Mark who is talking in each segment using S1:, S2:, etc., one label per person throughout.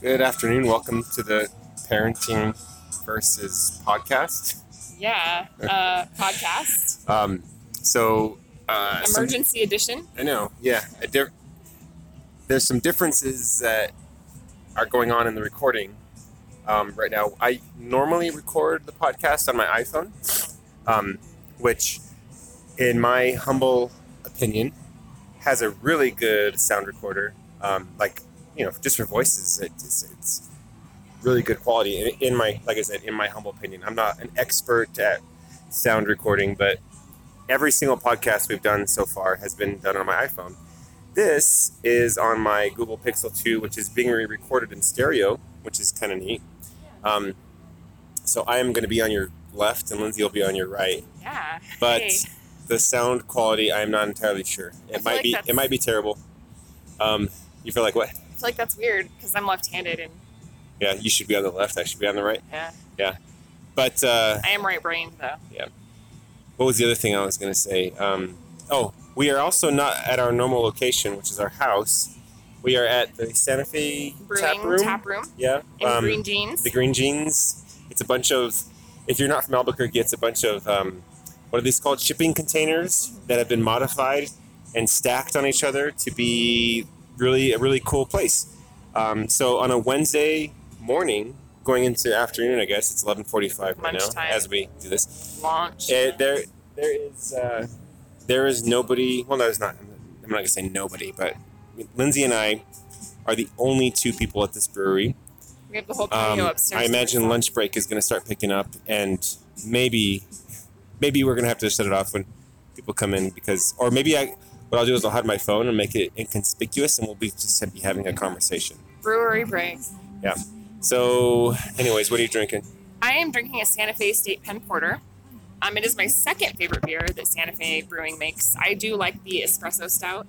S1: Good afternoon. Welcome to the Parenting Versus podcast.
S2: Yeah, uh, podcast,
S1: Um, so, uh, some-
S2: emergency edition.
S1: I know. Yeah. A di- there's some differences that are going on in the recording um, right now. I normally record the podcast on my iPhone, um, which, in my humble opinion, has a really good sound recorder. Um, like, you know, just for voices, it, it's, it's really good quality. In, in my, like I said, in my humble opinion, I'm not an expert at sound recording, but every single podcast we've done so far has been done on my iPhone. This is on my Google Pixel 2, which is being re recorded in stereo, which is kind of neat. Um, so I am going to be on your left and Lindsay will be on your right.
S2: Yeah.
S1: But
S2: Hey.
S1: the sound quality, I'm not entirely sure.
S2: I feel
S1: It might
S2: like
S1: be
S2: that's-
S1: it might be terrible. Um, you feel like what?
S2: I feel like that's weird because I'm left-handed and
S1: Yeah, you should be on the left. I should be on the right.
S2: yeah,
S1: But uh,
S2: I am right-brained though.
S1: what was the other thing I was going to say? Um, oh, we are also not at our normal location, which is our house. We are at the Santa Fe
S2: Brewing
S1: tap room. yeah,
S2: in
S1: um,
S2: green jeans.
S1: the Green Jeans. It's a bunch of. If you're not from Albuquerque, it's a bunch of um, what are these called? Shipping containers that have been modified and stacked on each other to be really a really cool place. Um, so on a Wednesday morning, going into afternoon, I guess it's 11:45 right now
S2: Lunchtime.
S1: as we do this.
S2: Launch.
S1: Uh, there, there is, uh, there is nobody. Well, no, there's not. I'm not gonna say nobody, but Lindsay and I are the only two people at this brewery.
S2: we have the whole
S1: Um,
S2: patio upstairs.
S1: I imagine lunch break is gonna start picking up, and maybe, maybe we're gonna have to shut it off when people come in because, or maybe I. What I'll do is I'll hide my phone and make it inconspicuous, and we'll be just be having a conversation.
S2: Brewery break.
S1: So, anyways, what are you drinking?
S2: I am drinking a Santa Fe State Pen Porter. Um, it is my second favorite beer that Santa Fe Brewing makes. I do like the espresso stout.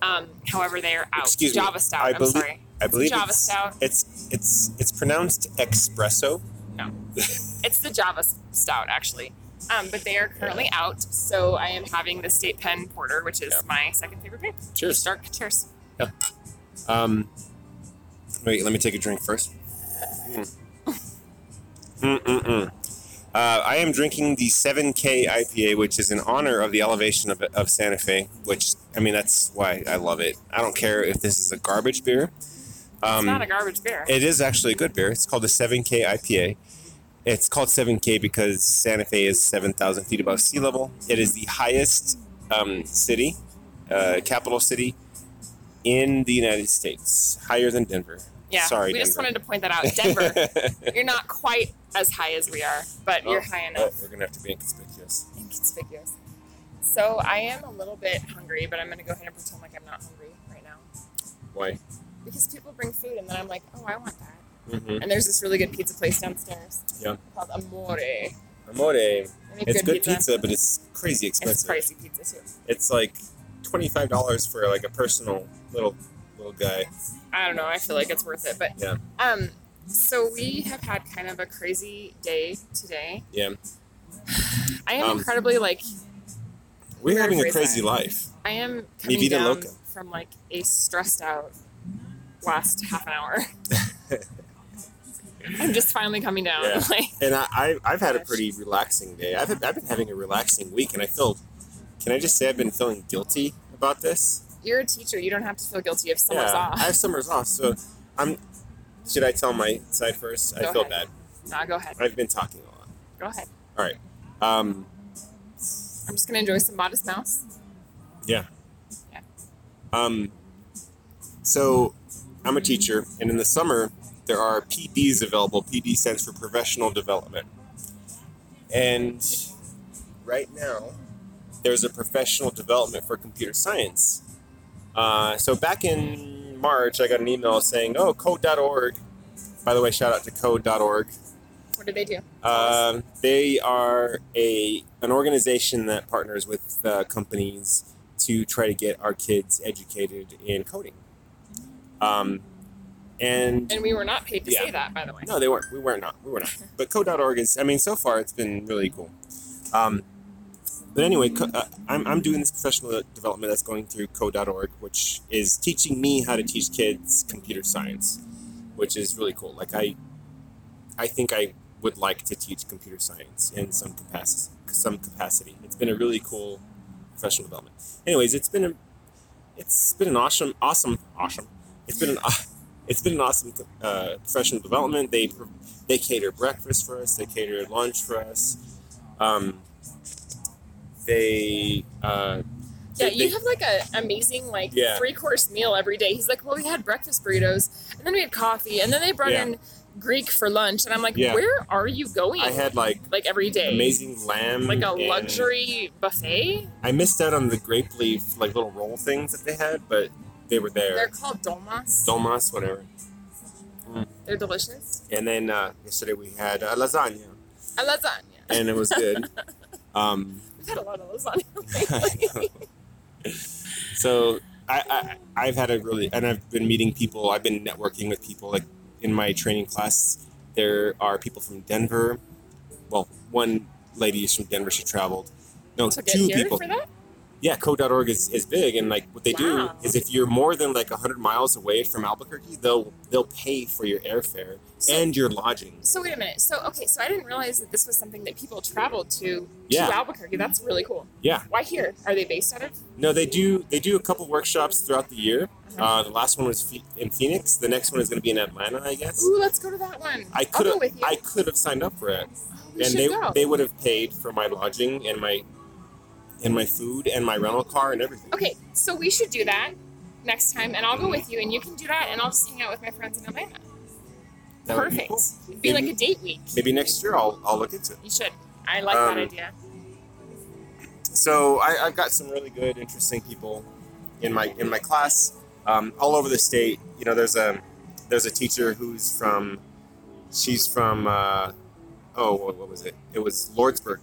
S2: Um, however, they are out.
S1: Excuse me,
S2: Java stout.
S1: I
S2: am
S1: belie-
S2: sorry.
S1: I believe
S2: Java
S1: it's,
S2: stout.
S1: It's it's it's pronounced espresso.
S2: It's the Java s- Stout, actually. Um, but they are currently out, so I am having the State Pen Porter, which is
S1: Yeah.
S2: my second favorite beer.
S1: Cheers.
S2: Dark. Cheers.
S1: Um, wait, let me take a drink first. Mm. Mm-mm-mm. Uh, I am drinking the 7K IPA, which is in honor of the elevation of, of Santa Fe, which, I mean, that's why I love it. I don't care if this is a garbage beer.
S2: it's
S1: Um,
S2: not a garbage beer.
S1: it is actually a good beer. It's called the 7K IPA. It's called 7K because Santa Fe is 7,000 feet above sea level. It is the highest um, city, uh, capital city, in the United States, higher than Denver.
S2: yeah.
S1: sorry,
S2: we just
S1: Denver.
S2: wanted to point that out. Uh, Denver, you're not quite as high as we are, but
S1: Oh,
S2: you're high enough.
S1: but we're gonna have to be inconspicuous.
S2: Inconspicuous. So I am a little bit hungry, but I'm going to go ahead and pretend like I'm not hungry right now.
S1: Why?
S2: Because people bring food, and then I'm like, oh, I want that.
S1: Mm-hmm.
S2: And there's this really good pizza place downstairs
S1: Yeah.
S2: called Amore. They
S1: Amore. It's
S2: make
S1: good pizza. but it's crazy expensive.
S2: It's pricey pizza, too.
S1: It's like twenty five dollars for like a personal little little guy.
S2: I don't know. I feel like it's worth it. But
S1: Yeah.
S2: Um. So we have had kind of a crazy day today.
S1: Yeah,
S2: I am
S1: Um,
S2: incredibly like
S1: we're having a
S2: phrase
S1: crazy
S2: that.
S1: life.
S2: I am coming
S1: vida
S2: down
S1: loca.
S2: from like a stressed out last half an hour. I'm just finally coming down.
S1: Yeah.
S2: Like
S1: and I, I I've had a pretty relaxing day. I've I've been having a relaxing week, and I feel. Can I just say I've been feeling guilty about this?
S2: you're a teacher, you don't have to feel guilty if someone's
S1: yeah,
S2: off.
S1: I have summers off, so I'm. Should I tell my side first? I
S2: Go
S1: feel
S2: ahead. Nah, go ahead.
S1: bad. I've been talking a lot.
S2: Go ahead.
S1: All right. Um,
S2: I'm just gonna enjoy some modest mouse.
S1: Yeah.
S2: Yeah.
S1: Um, so I'm a teacher, and in the summer, there are PDs available. PD stands for professional development. And right now, there's a professional development for computer science. Uh, so back in March, I got an email saying, oh, code.org. By the way, shout out to code.org.
S2: What do they do?
S1: Um, they are a an organization that partners with uh, companies to try to get our kids educated in coding. Um, and
S2: And we were not paid to
S1: Yeah.
S2: say that, by the way.
S1: no, they weren't. We were not. We were not. But code.org is. I mean, so far it's been really cool. Um, but anyway, co- uh, I'm, I'm doing this professional development that's going through code.org, which is teaching me how to teach kids computer science. which is really cool. Like I, I think I would like to teach computer science in some capacity. Some capacity. It's been a really cool professional development. Anyways, it's been a, it's been an awesome, awesome, awesome. It's been an, aw- it's been an awesome uh, professional development. They they cater breakfast for us. They cater lunch for us. Um, they uh,
S2: Yeah,
S1: They-
S2: you
S1: they-
S2: have like a amazing like
S1: Yeah.
S2: three course meal every day. He's like, well, we had breakfast burritos, and then we had coffee, and then they brought
S1: Yeah.
S2: in Greek for lunch, and I'm like,
S1: Yeah.
S2: where are you going?
S1: I had like
S2: like every day,
S1: amazing lamb,
S2: like a
S1: and-
S2: luxury buffet.
S1: I missed out on the grape leaf like little roll things that they had, but they were
S2: They're
S1: there.
S2: called dolmas.
S1: Domas, whatever.
S2: They're delicious.
S1: And then uh, yesterday we had uh, lasagna,
S2: And lasagna.
S1: and it was good. um,
S2: We've had a lot of lasagna.
S1: so I, I I've had a really and I've been meeting people. I've been networking with people. Like in my training class, there are people from Denver. Well, one lady is from Denver. She traveled. No,
S2: to get
S1: Oh, two
S2: here
S1: people.
S2: for that.
S1: yeah, code.org is, is big, and like what they
S2: Wow.
S1: do is if you're more than like hundred miles away from Albuquerque, they'll they'll pay for your airfare
S2: So-
S1: and your lodgings.
S2: So wait a minute. So okay, so I didn't realize that this was something that people traveled to
S1: Yeah.
S2: to Albuquerque. That's really cool.
S1: Yeah.
S2: Why here? Are they based out of?
S1: No, they do they do a couple workshops throughout the year.
S2: Uh-huh.
S1: Uh, the last one was Phe- in Phoenix. The next one is going to be in Atlanta, I guess.
S2: Ooh, let's go to that one.
S1: I
S2: I'll
S1: could
S2: go
S1: have
S2: with you.
S1: I could have signed up for it,
S2: Oh, we
S1: and
S2: should
S1: they
S2: go.
S1: they would have paid for my lodging and my and my food and my rental car and everything.
S2: Okay, so we should do that next time, and I'll go with you, and you can do that, and I'll just hang out with my friends in Atlanta.
S1: That would be
S2: Perfect.
S1: cool.
S2: It'd be like a date week.
S1: Maybe next year I'll I'll look into it.
S2: You should. I like
S1: Um,
S2: that idea.
S1: so I, I've got some really good, interesting people in my in my class um, all over the state. You know, there's a there's a teacher who's from she's from uh, oh what, what was it? It was Lordsburg.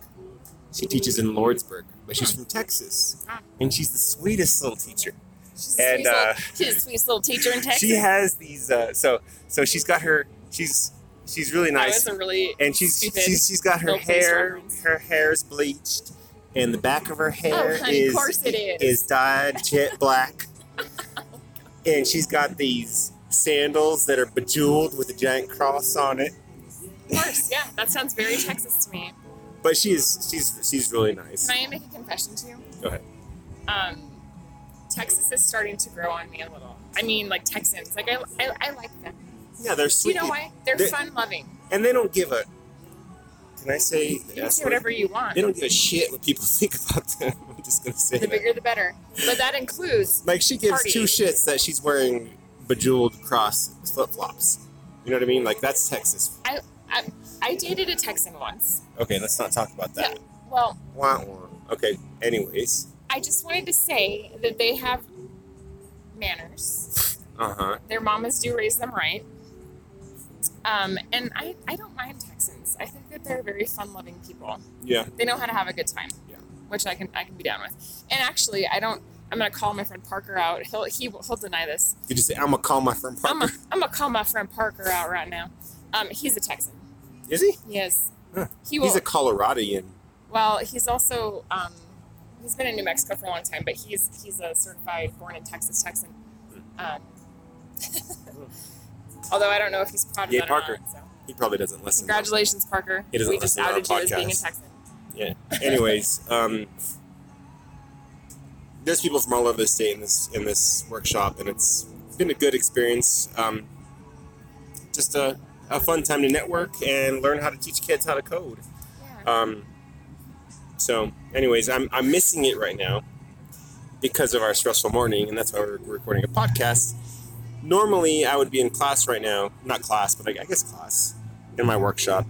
S1: She teaches in Lordsburg, but she's from Texas,
S2: Ah.
S1: and she's the sweetest little teacher.
S2: She's the
S1: and,
S2: sweetest,
S1: uh,
S2: little, she's the sweetest little teacher in Texas.
S1: She has these uh, so so she's got her she's she's really
S2: That
S1: nice
S2: was a really
S1: and she's
S2: Stupid.
S1: she's she's got her
S2: No place
S1: hair
S2: reference.
S1: her hair's bleached and the back of her hair
S2: Oh, honey,
S1: is,
S2: course it is.
S1: dyed jet black and she's got these sandals that are bejeweled with a giant cross on it
S2: of course. Yeah, that sounds very Texas to me.
S1: but she's she's she's really nice
S2: Can I make a confession to you?
S1: go ahead
S2: um, Texas is starting to grow on me a little. I mean, like Texans, like I, I, I like them.
S1: yeah they're
S2: Do you
S1: sweet
S2: know why? They're
S1: They-
S2: fun loving.
S1: and they don't give a can I say
S2: You
S1: the
S2: can
S1: S
S2: say
S1: word?
S2: whatever you want.
S1: they don't give a shit what people think about them I'm just gonna say
S2: The
S1: that.
S2: bigger, the better. But that includes.
S1: Like she gives
S2: Party.
S1: two shits that she's wearing bejeweled cross flip flops. You know what I mean? Like that's Texas.
S2: I dated a Texan once.
S1: Okay, let's not talk about that.
S2: Well,
S1: Wah, wah. Okay. Anyways.
S2: I just wanted to say that they have manners.
S1: Uh huh.
S2: Their mamas do raise them right. Um, and I, I don't mind Texans. I think that they're very fun loving people.
S1: Yeah.
S2: they know how to have a good time.
S1: Yeah.
S2: Which I can I can be down with. And actually, I don't. I'm gonna call my friend Parker out. He'll he will- he'll deny this.
S1: You just say I'm gonna call my friend Parker.
S2: I'm a, I'm gonna call my friend Parker out right now. Um, he's a Texan.
S1: Is he?
S2: Yes.
S1: Huh.
S2: He will.
S1: He's a Coloradian.
S2: well, he's also um, he's been in New Mexico for a long time, but he's he's a certified born in Texas Texan. Um, although I don't know if he's proud of
S1: Yay,
S2: that or
S1: Parker.
S2: not. So.
S1: He probably doesn't listen.
S2: Congratulations, Parker.
S1: He doesn't
S2: we just
S1: listen to our
S2: outed you as being a
S1: podcast.
S2: Texan.
S1: Anyways, um, there's people from all over the state in this in this workshop, and it's been a good experience. Um, just a, a fun time to network and learn how to teach kids how to code.
S2: Yeah.
S1: Um, so, anyways, I'm, I'm missing it right now because of our stressful morning, and that's why we're recording a podcast. Normally, I would be in class right now. Not class, but like, I guess class in my workshop.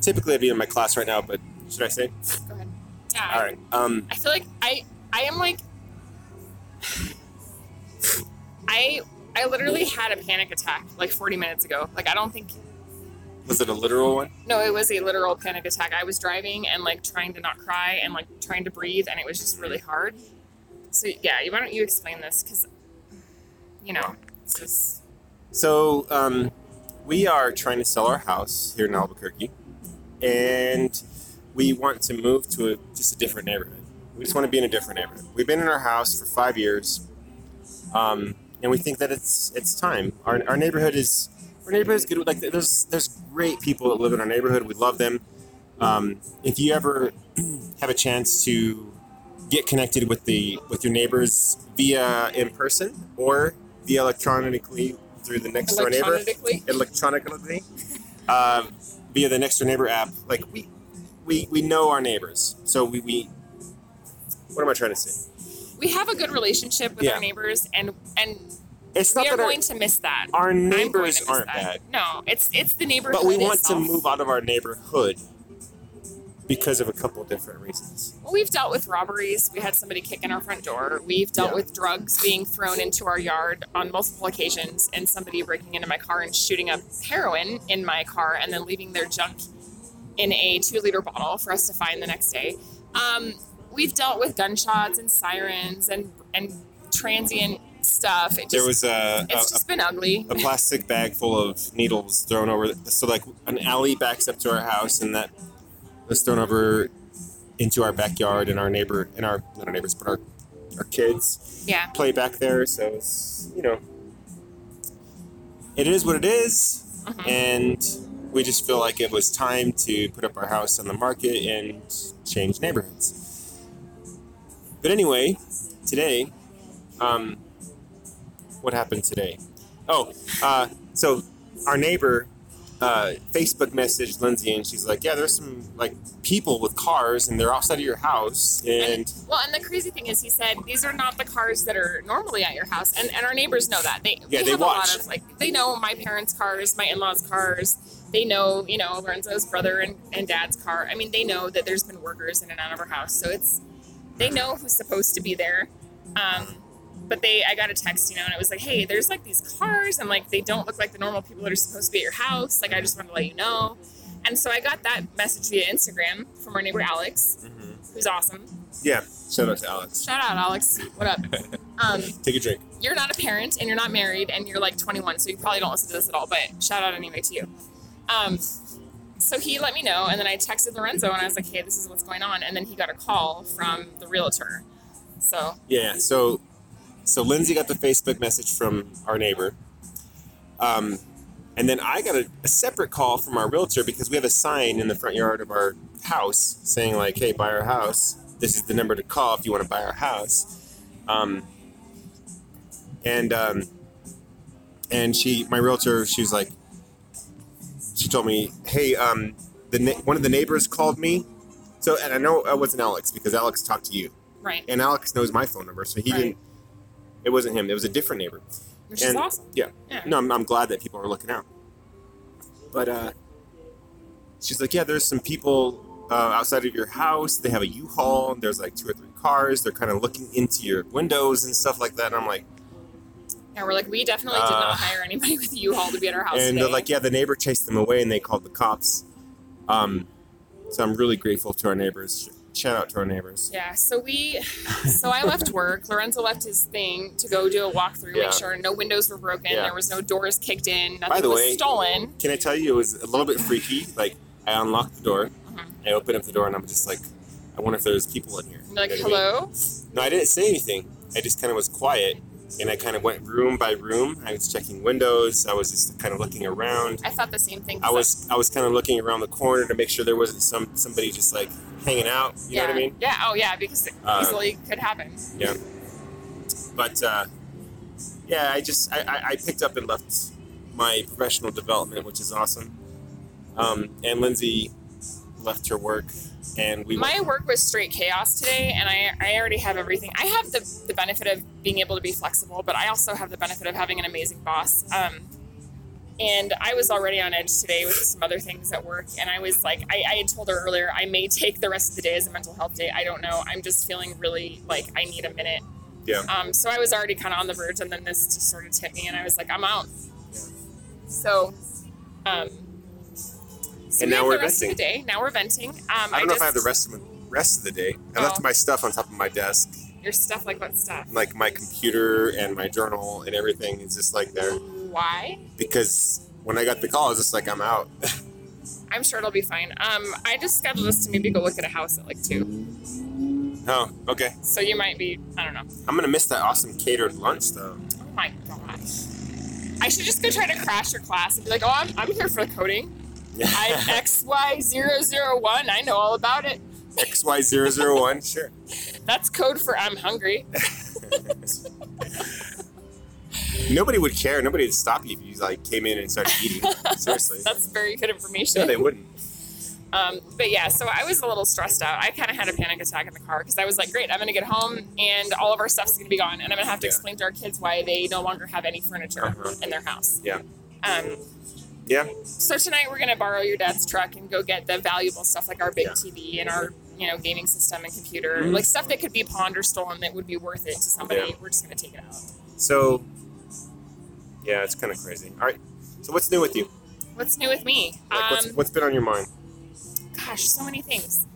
S1: Typically, I'd be in my class right now, but should I say?
S2: Go ahead. Yeah.
S1: All right. Um,
S2: I feel like I I am like I I literally had a panic attack like 40 minutes ago. Like I don't think
S1: was it a literal one?
S2: no, it was a literal panic attack. I was driving and like trying to not cry and like trying to breathe and it was just really hard. So yeah, you- why don't you explain this cuz you know, it's just
S1: So um, we are trying to sell our house here in Albuquerque, and we want to move to a, just a different neighborhood. We just want to be in a different neighborhood. We've been in our house for five years, um, and we think that it's it's time. Our, our neighborhood is we're our neighborhood is good. Like there's there's great people that live in our neighborhood. We love them. Um, if you ever have a chance to get connected with the with your neighbors via in person or via electronically through the next door neighbor
S2: Electronically.
S1: electronically um, via the next door neighbor app like we we, we know our neighbors so we, we what am i trying to say
S2: We have a good relationship with
S1: Yeah.
S2: our neighbors, and and
S1: it's not
S2: we are
S1: that our,
S2: going to miss that.
S1: our
S2: I'm going
S1: neighbors
S2: to miss
S1: aren't bad
S2: that. No, it's it's the neighborhood.
S1: but we want to
S2: itself.
S1: move out of our neighborhood because of a couple different reasons
S2: Well, we've dealt with robberies. We had somebody kick in our front door. We've dealt
S1: Yeah.
S2: with drugs being thrown into our yard on multiple occasions, and somebody breaking into my car and shooting up heroin in my car, and then leaving their junk in a two-liter bottle for us to find the next day. Um, we've dealt with gunshots and sirens and and transient stuff. It just,
S1: there was uh, a, a,
S2: it's just been ugly.
S1: a plastic bag full of needles thrown over. So like an alley backs up to our house, and that was thrown over into our backyard, and our neighbor, and our not our neighbors, but our our kids
S2: Yeah.
S1: play back there. So it's you know, it is what it is,
S2: Mhm.
S1: and we just feel like it was time to put up our house on the market and change neighborhoods. But anyway, today, um, what happened today? Oh, uh, so our neighbor uh, Facebook messaged Lindsay, and she's like, "Yeah, there's some like people with cars, and they're outside of your house, and
S2: Well, and the crazy thing is, he said these are not the cars that are normally at your house, and, and our neighbors know that. They we
S1: Yeah, they
S2: have a
S1: watch.
S2: lot of like they know my parents' cars, my in-laws' cars. They know you know Lorenzo's brother and, and dad's car. I mean, they know that there's been workers in and out of our house, so it's they know who's supposed to be there. Um, but they, I got a text, you know, and it was like, hey, there's like these cars, and like they don't look like the normal people that are supposed to be at your house. Like I just wanted to let you know. And so I got that message via Instagram from our
S1: Mm-hmm.
S2: neighbor Alex, who's awesome.
S1: yeah." Shout out to Alex.
S2: Shout out, Alex. What up? Um,
S1: Take a drink.
S2: you're not a parent and you're not married and you're like 21, so you probably don't listen to this at all, but shout out anyway to you. Um, so he let me know, and then I texted Lorenzo and I was like, hey, this is what's going on. And then he got a call from the realtor. So,
S1: Yeah. So, so Lindsay got the Facebook message from our neighbor, um, and then I got a, a separate call from our realtor because we have a sign in the front yard of our house saying like, "Hey, buy our house. This is the number to call if you want to buy our house." Um, and um, and she, my realtor, she was like, she told me, "Hey, um, the ne- one of the neighbors called me." So, and I know it wasn't Alex because Alex talked to you
S2: right,
S1: and Alex knows my phone number, so he
S2: Right.
S1: didn't. It wasn't him. It was a different neighbor.
S2: which is
S1: And-
S2: awesome.
S1: Yeah.
S2: Yeah.
S1: No, I'm, I'm glad that people are looking out. But uh, she's like, yeah, there's some people uh, outside of your house. They have a U-Haul. And there's like two or three cars. They're kind of looking into your windows and stuff like that. And I'm like,
S2: Yeah, we're like, we definitely did
S1: Uh,
S2: not hire anybody with a U-Haul to be at our house.
S1: and
S2: today.
S1: they're like, yeah, the neighbor chased them away, and they called the cops. Um, so I'm really grateful to our neighbors. Shout out to our neighbors.
S2: Yeah, so we, so I left work. Lorenzo left his thing to go do a walkthrough,
S1: Yeah.
S2: make sure no windows were broken,
S1: Yeah.
S2: there was no doors kicked in, nothing
S1: the
S2: was
S1: way-
S2: stolen.
S1: Can I tell you, it was a little bit freaky. Like, I unlocked the door,
S2: Mm-hmm.
S1: I opened up the door, and I'm just like, I wonder if there's people in here.
S2: And Like,
S1: You know what I mean?
S2: hello?
S1: No, I didn't say anything. I just kind of was quiet, and I kind of went room by room. I was checking windows. I was just kind of looking around.
S2: I thought the same thing. 'cause
S1: I was I was kind of looking around the corner to make sure there wasn't some somebody just like hanging out. You
S2: yeah,
S1: know what I mean?
S2: Yeah, oh yeah, because it
S1: Uh,
S2: easily could happen.
S1: But uh, yeah, I just I, I, I picked up and left my professional development, which is awesome. Um, and Lindsay left her work, and we went-
S2: My work was straight chaos today, and I, I already have everything. I have the, the benefit of being able to be flexible, but I also have the benefit of having an amazing boss. Um, and I was already on edge today with some other things at work, and I was like, I, I had told her earlier, I may take the rest of the day as a mental health day. I don't know. I'm just feeling really like I need a minute.
S1: Yeah.
S2: Um, so I was already kind of on the verge, and then this just sort of hit me, and I was like, I'm out.
S1: Yeah.
S2: So, um, so
S1: And now
S2: we have
S1: we're
S2: the rest
S1: venting.
S2: Of the day. Now we're venting. Um,
S1: I don't know if I
S2: just-
S1: have the rest of the rest of the day. I left
S2: Oh.
S1: my stuff on top of my desk.
S2: your stuff like what stuff
S1: like my computer and my journal and everything is just like there
S2: why
S1: because when I got the call, I was just like, I'm out.
S2: i'm sure it'll be fine um i just scheduled us to maybe go look at a house at like two
S1: oh, okay.
S2: so you might be i don't know
S1: I'm gonna miss that awesome catered lunch though.
S2: oh my gosh I should just go try to crash your class and be like, oh, I'm, I'm here for coding. I'm XY001. I know all about it.
S1: XY001, sure.
S2: That's code for I'm hungry.
S1: Nobody would care. Nobody would stop you if you like came in and started eating. Seriously.
S2: That's very good
S1: No,
S2: information.
S1: they wouldn't.
S2: Um, but yeah, so I was a little stressed out. I kind of had a panic attack in the car because I was like, great, I'm going to get home and all of our stuff's going to be gone. And I'm going to have to
S1: Yeah.
S2: explain to our kids why they no longer have any furniture
S1: Uh-huh.
S2: in their house.
S1: Yeah.
S2: Um,
S1: Yeah.
S2: so tonight we're going to borrow your dad's truck and go get the valuable stuff like our big
S1: Yeah.
S2: TV and our you know gaming system and computer,
S1: Mhm.
S2: like stuff that could be pawned or stolen that would be worth it to somebody.
S1: Yeah.
S2: We're just going to take it out.
S1: So, yeah, it's kind of crazy. All right. So, what's new with you?
S2: What's new with me?
S1: Like,
S2: um,
S1: what's, what's been on your mind?
S2: gosh, so many things.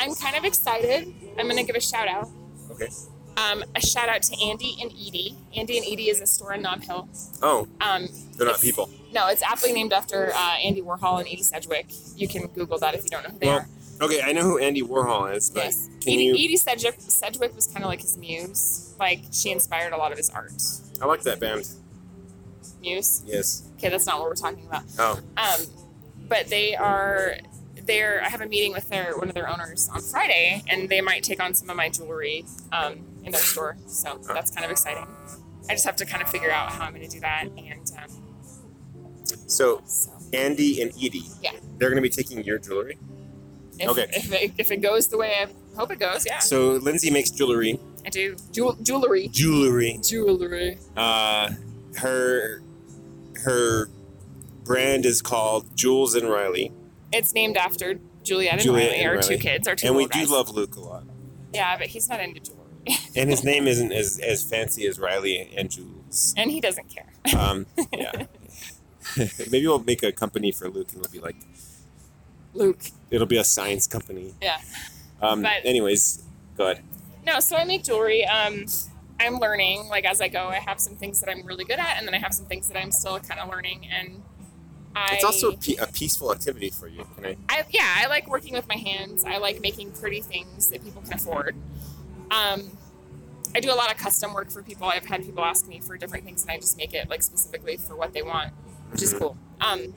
S2: I'm kind of excited. I'm going to give a shout out.
S1: Okay.
S2: Um, a shout out to Andy and Edie. Andy and Edie is a store in Nob Hill.
S1: Oh,
S2: Um,
S1: they're not people.
S2: no, it's aptly named after uh, Andy Warhol and Edie Sedgwick. You can Google that if you don't know who they
S1: Well,
S2: are.
S1: Okay, I know who Andy Warhol is, but
S2: Yes. E.
S1: can
S2: Edie,
S1: you?
S2: Edie Sedgwick, Sedgwick was kind of like his muse. Like she inspired a lot of his art.
S1: I like that band.
S2: Muse.
S1: Yes.
S2: Okay, that's not what we're talking about.
S1: Oh,
S2: Um, but they are they're I have a meeting with their one of their owners on Friday, and they might take on some of my jewelry um, in their store. So that's kind of exciting. I just have to kind of figure out how I'm going to do that, and um,
S1: so
S2: so
S1: Andy and Edie.
S2: Yeah.
S1: They're gonna be taking your jewelry.
S2: if,
S1: Okay.
S2: if, it, if it goes the way I hope it goes, yeah,
S1: So Lindsay makes jewelry.
S2: I do Jewel- jewelry,
S1: Jewelry.
S2: jewelry.
S1: Uh, her her brand is called Jules and Riley,
S2: It's named after Juliet and
S1: Juliet
S2: Riley,
S1: and
S2: our two
S1: Riley.
S2: kids, our two
S1: and we
S2: little guys.
S1: do love Luke a lot.
S2: yeah, but he's not into jewelry,
S1: And his name isn't as, as fancy as Riley and Jules.
S2: and he doesn't care.
S1: Um, yeah. Maybe we'll make a company for Luke, and it'll be like
S2: Luke,
S1: it'll be a science company.
S2: yeah.
S1: Um,
S2: But-
S1: anyways, go ahead.
S2: No, so I make jewelry. Um, I'm learning like as I go. I have some things that I'm really good at, and then I have some things that I'm still kind of learning. And I,
S1: It's also a pe- a peaceful activity for you. Can I?
S2: I, yeah, I like working with my hands. I like making pretty things that people can afford. Um, I do a lot of custom work for people. I've had people ask me for different things, and I just make it like specifically for what they want, which is
S1: Mhm.
S2: cool. Um,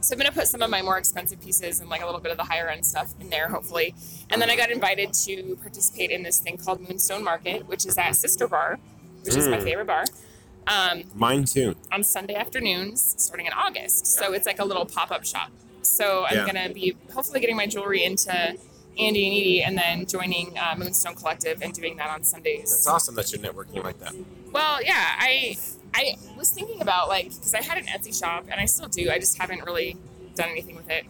S2: so I'm gonna put some of my more expensive pieces and like a little bit of the higher end stuff in there, hopefully. And then I got invited to participate in this thing called Moonstone Market, which is at Sister Bar, which is my
S1: Mm.
S2: favorite bar. Um,
S1: Mine too.
S2: on Sunday afternoons starting in August. So it's like a little pop up shop. So I'm
S1: Yeah.
S2: gonna be hopefully getting my jewelry into Andy and Edie, and then joining uh, Moonstone Collective and doing that on Sundays.
S1: That's awesome that you're networking like that.
S2: Well, yeah, I I was thinking about like because I had an Etsy shop and I still do. I just haven't really done anything with it.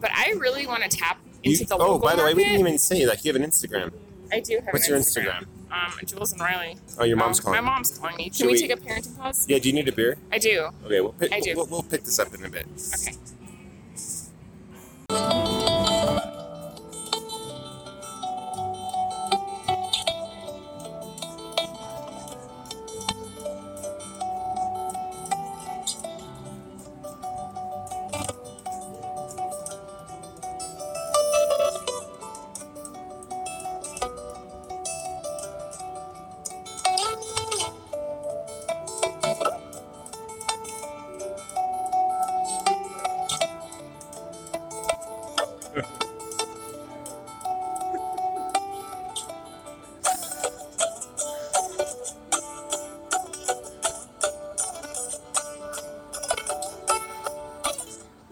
S2: But I really want to tap into
S1: You-
S2: the local
S1: oh, by the way, we didn't
S2: market.
S1: even say like you have an Instagram.
S2: I do have.
S1: What's
S2: an
S1: your Instagram?
S2: Um, Jules and Riley.
S1: Oh, your mom's
S2: Um,
S1: calling.
S2: My mom's calling me. Can
S1: Should
S2: we,
S1: we-
S2: take a parenting pause?
S1: Yeah. Do you need a beer?
S2: I do.
S1: Okay. We'll pick,
S2: I do.
S1: We'll, we'll pick this up in a bit.
S2: Okay.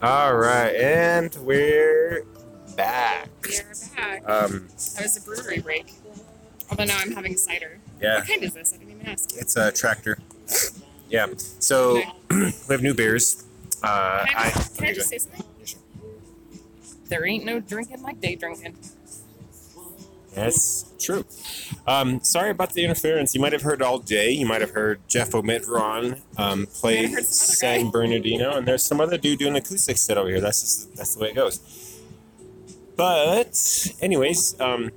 S1: All right, and we're back.
S2: We're back.
S1: Um,
S2: That was a brewery break. Although now I'm having cider.
S1: yeah,
S2: What kind is this? I didn't even ask.
S1: it's a tractor. Yeah. So
S2: Okay.
S1: we have new beers. Uh,
S2: Can I
S1: I,
S2: just, can I just say something? There ain't no drinking like day drinking.
S1: That's true. Um, sorry about the interference. You might have heard all day. You might have heard Jeff Omitron um, play
S2: Might have heard some other
S1: San Bernardino, and there's some other dude doing acoustic set over here. That's just that's the way it goes. But anyways, um,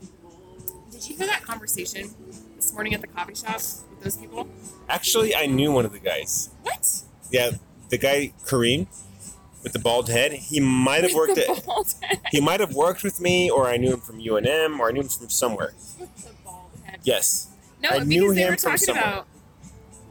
S2: Did you hear that conversation this morning at the coffee shop with those people?
S1: actually, I knew one of the guys.
S2: What?
S1: Yeah, the guy Kareem with the bald head. He might have worked
S2: the
S1: at.
S2: bald head.
S1: He might have worked with me, or I knew him from UNM, or I knew him from somewhere.
S2: With the bald head.
S1: Yes.
S2: No,
S1: I
S2: because
S1: knew
S2: they
S1: him
S2: were
S1: from
S2: talking
S1: somewhere.
S2: about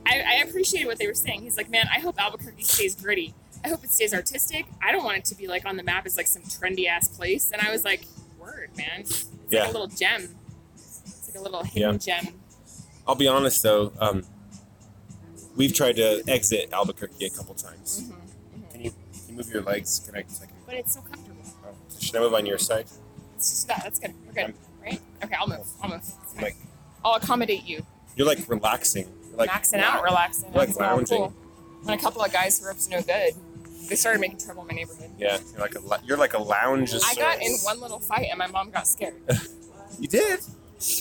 S2: I, I appreciated what they were saying. He's like, man, I hope Albuquerque stays gritty. I hope it stays artistic. I don't want it to be like on the map as like some trendy ass place. And I was like, word, man. It's
S1: Yeah.
S2: like a little gem. It's like a little hidden gem.
S1: I'll be honest though, um, we've tried to exit Albuquerque a couple times.
S2: hmm
S1: Can you, can you move your legs? Can I? so I can-
S2: But it's so comfortable.
S1: oh, should I move on your side?
S2: It's just that. That's good. We're good. Right? Okay, I'll move. I'll move. It's fine.
S1: Like
S2: I'll accommodate you.
S1: you're like relaxing. You're, like,
S2: maxing out, relaxing.
S1: like
S2: That's not
S1: lounging.
S2: cool. And a couple of guys who were up to no good, they started making trouble in my neighborhood.
S1: Yeah, you're like a lo- you're like a lounge. of
S2: I got in
S1: sorts.
S2: one little fight and my mom got scared.
S1: You did.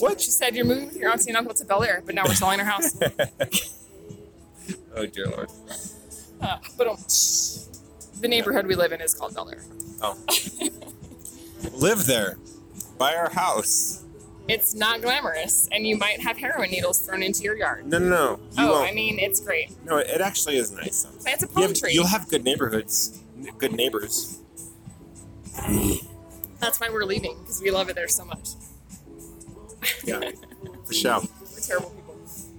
S1: What?
S2: She said, You're moving with your auntie and uncle to Bel Air, but now we're selling our house.
S1: Oh dear lord.
S2: Uh, but um, the neighborhood we live in is called Bel Air.
S1: Live there. Buy our house.
S2: It's not glamorous, and you might have heroin needles thrown into your yard.
S1: No, no, no. You
S2: oh,
S1: won't.
S2: I mean, it's great.
S1: no, it actually is nice. Sometimes.
S2: Plants a palm
S1: You have,
S2: tree.
S1: you'll have good neighborhoods, n- good neighbors.
S2: That's why we're leaving, because we love it there so much.
S1: Yeah, for sure.
S2: We're terrible people.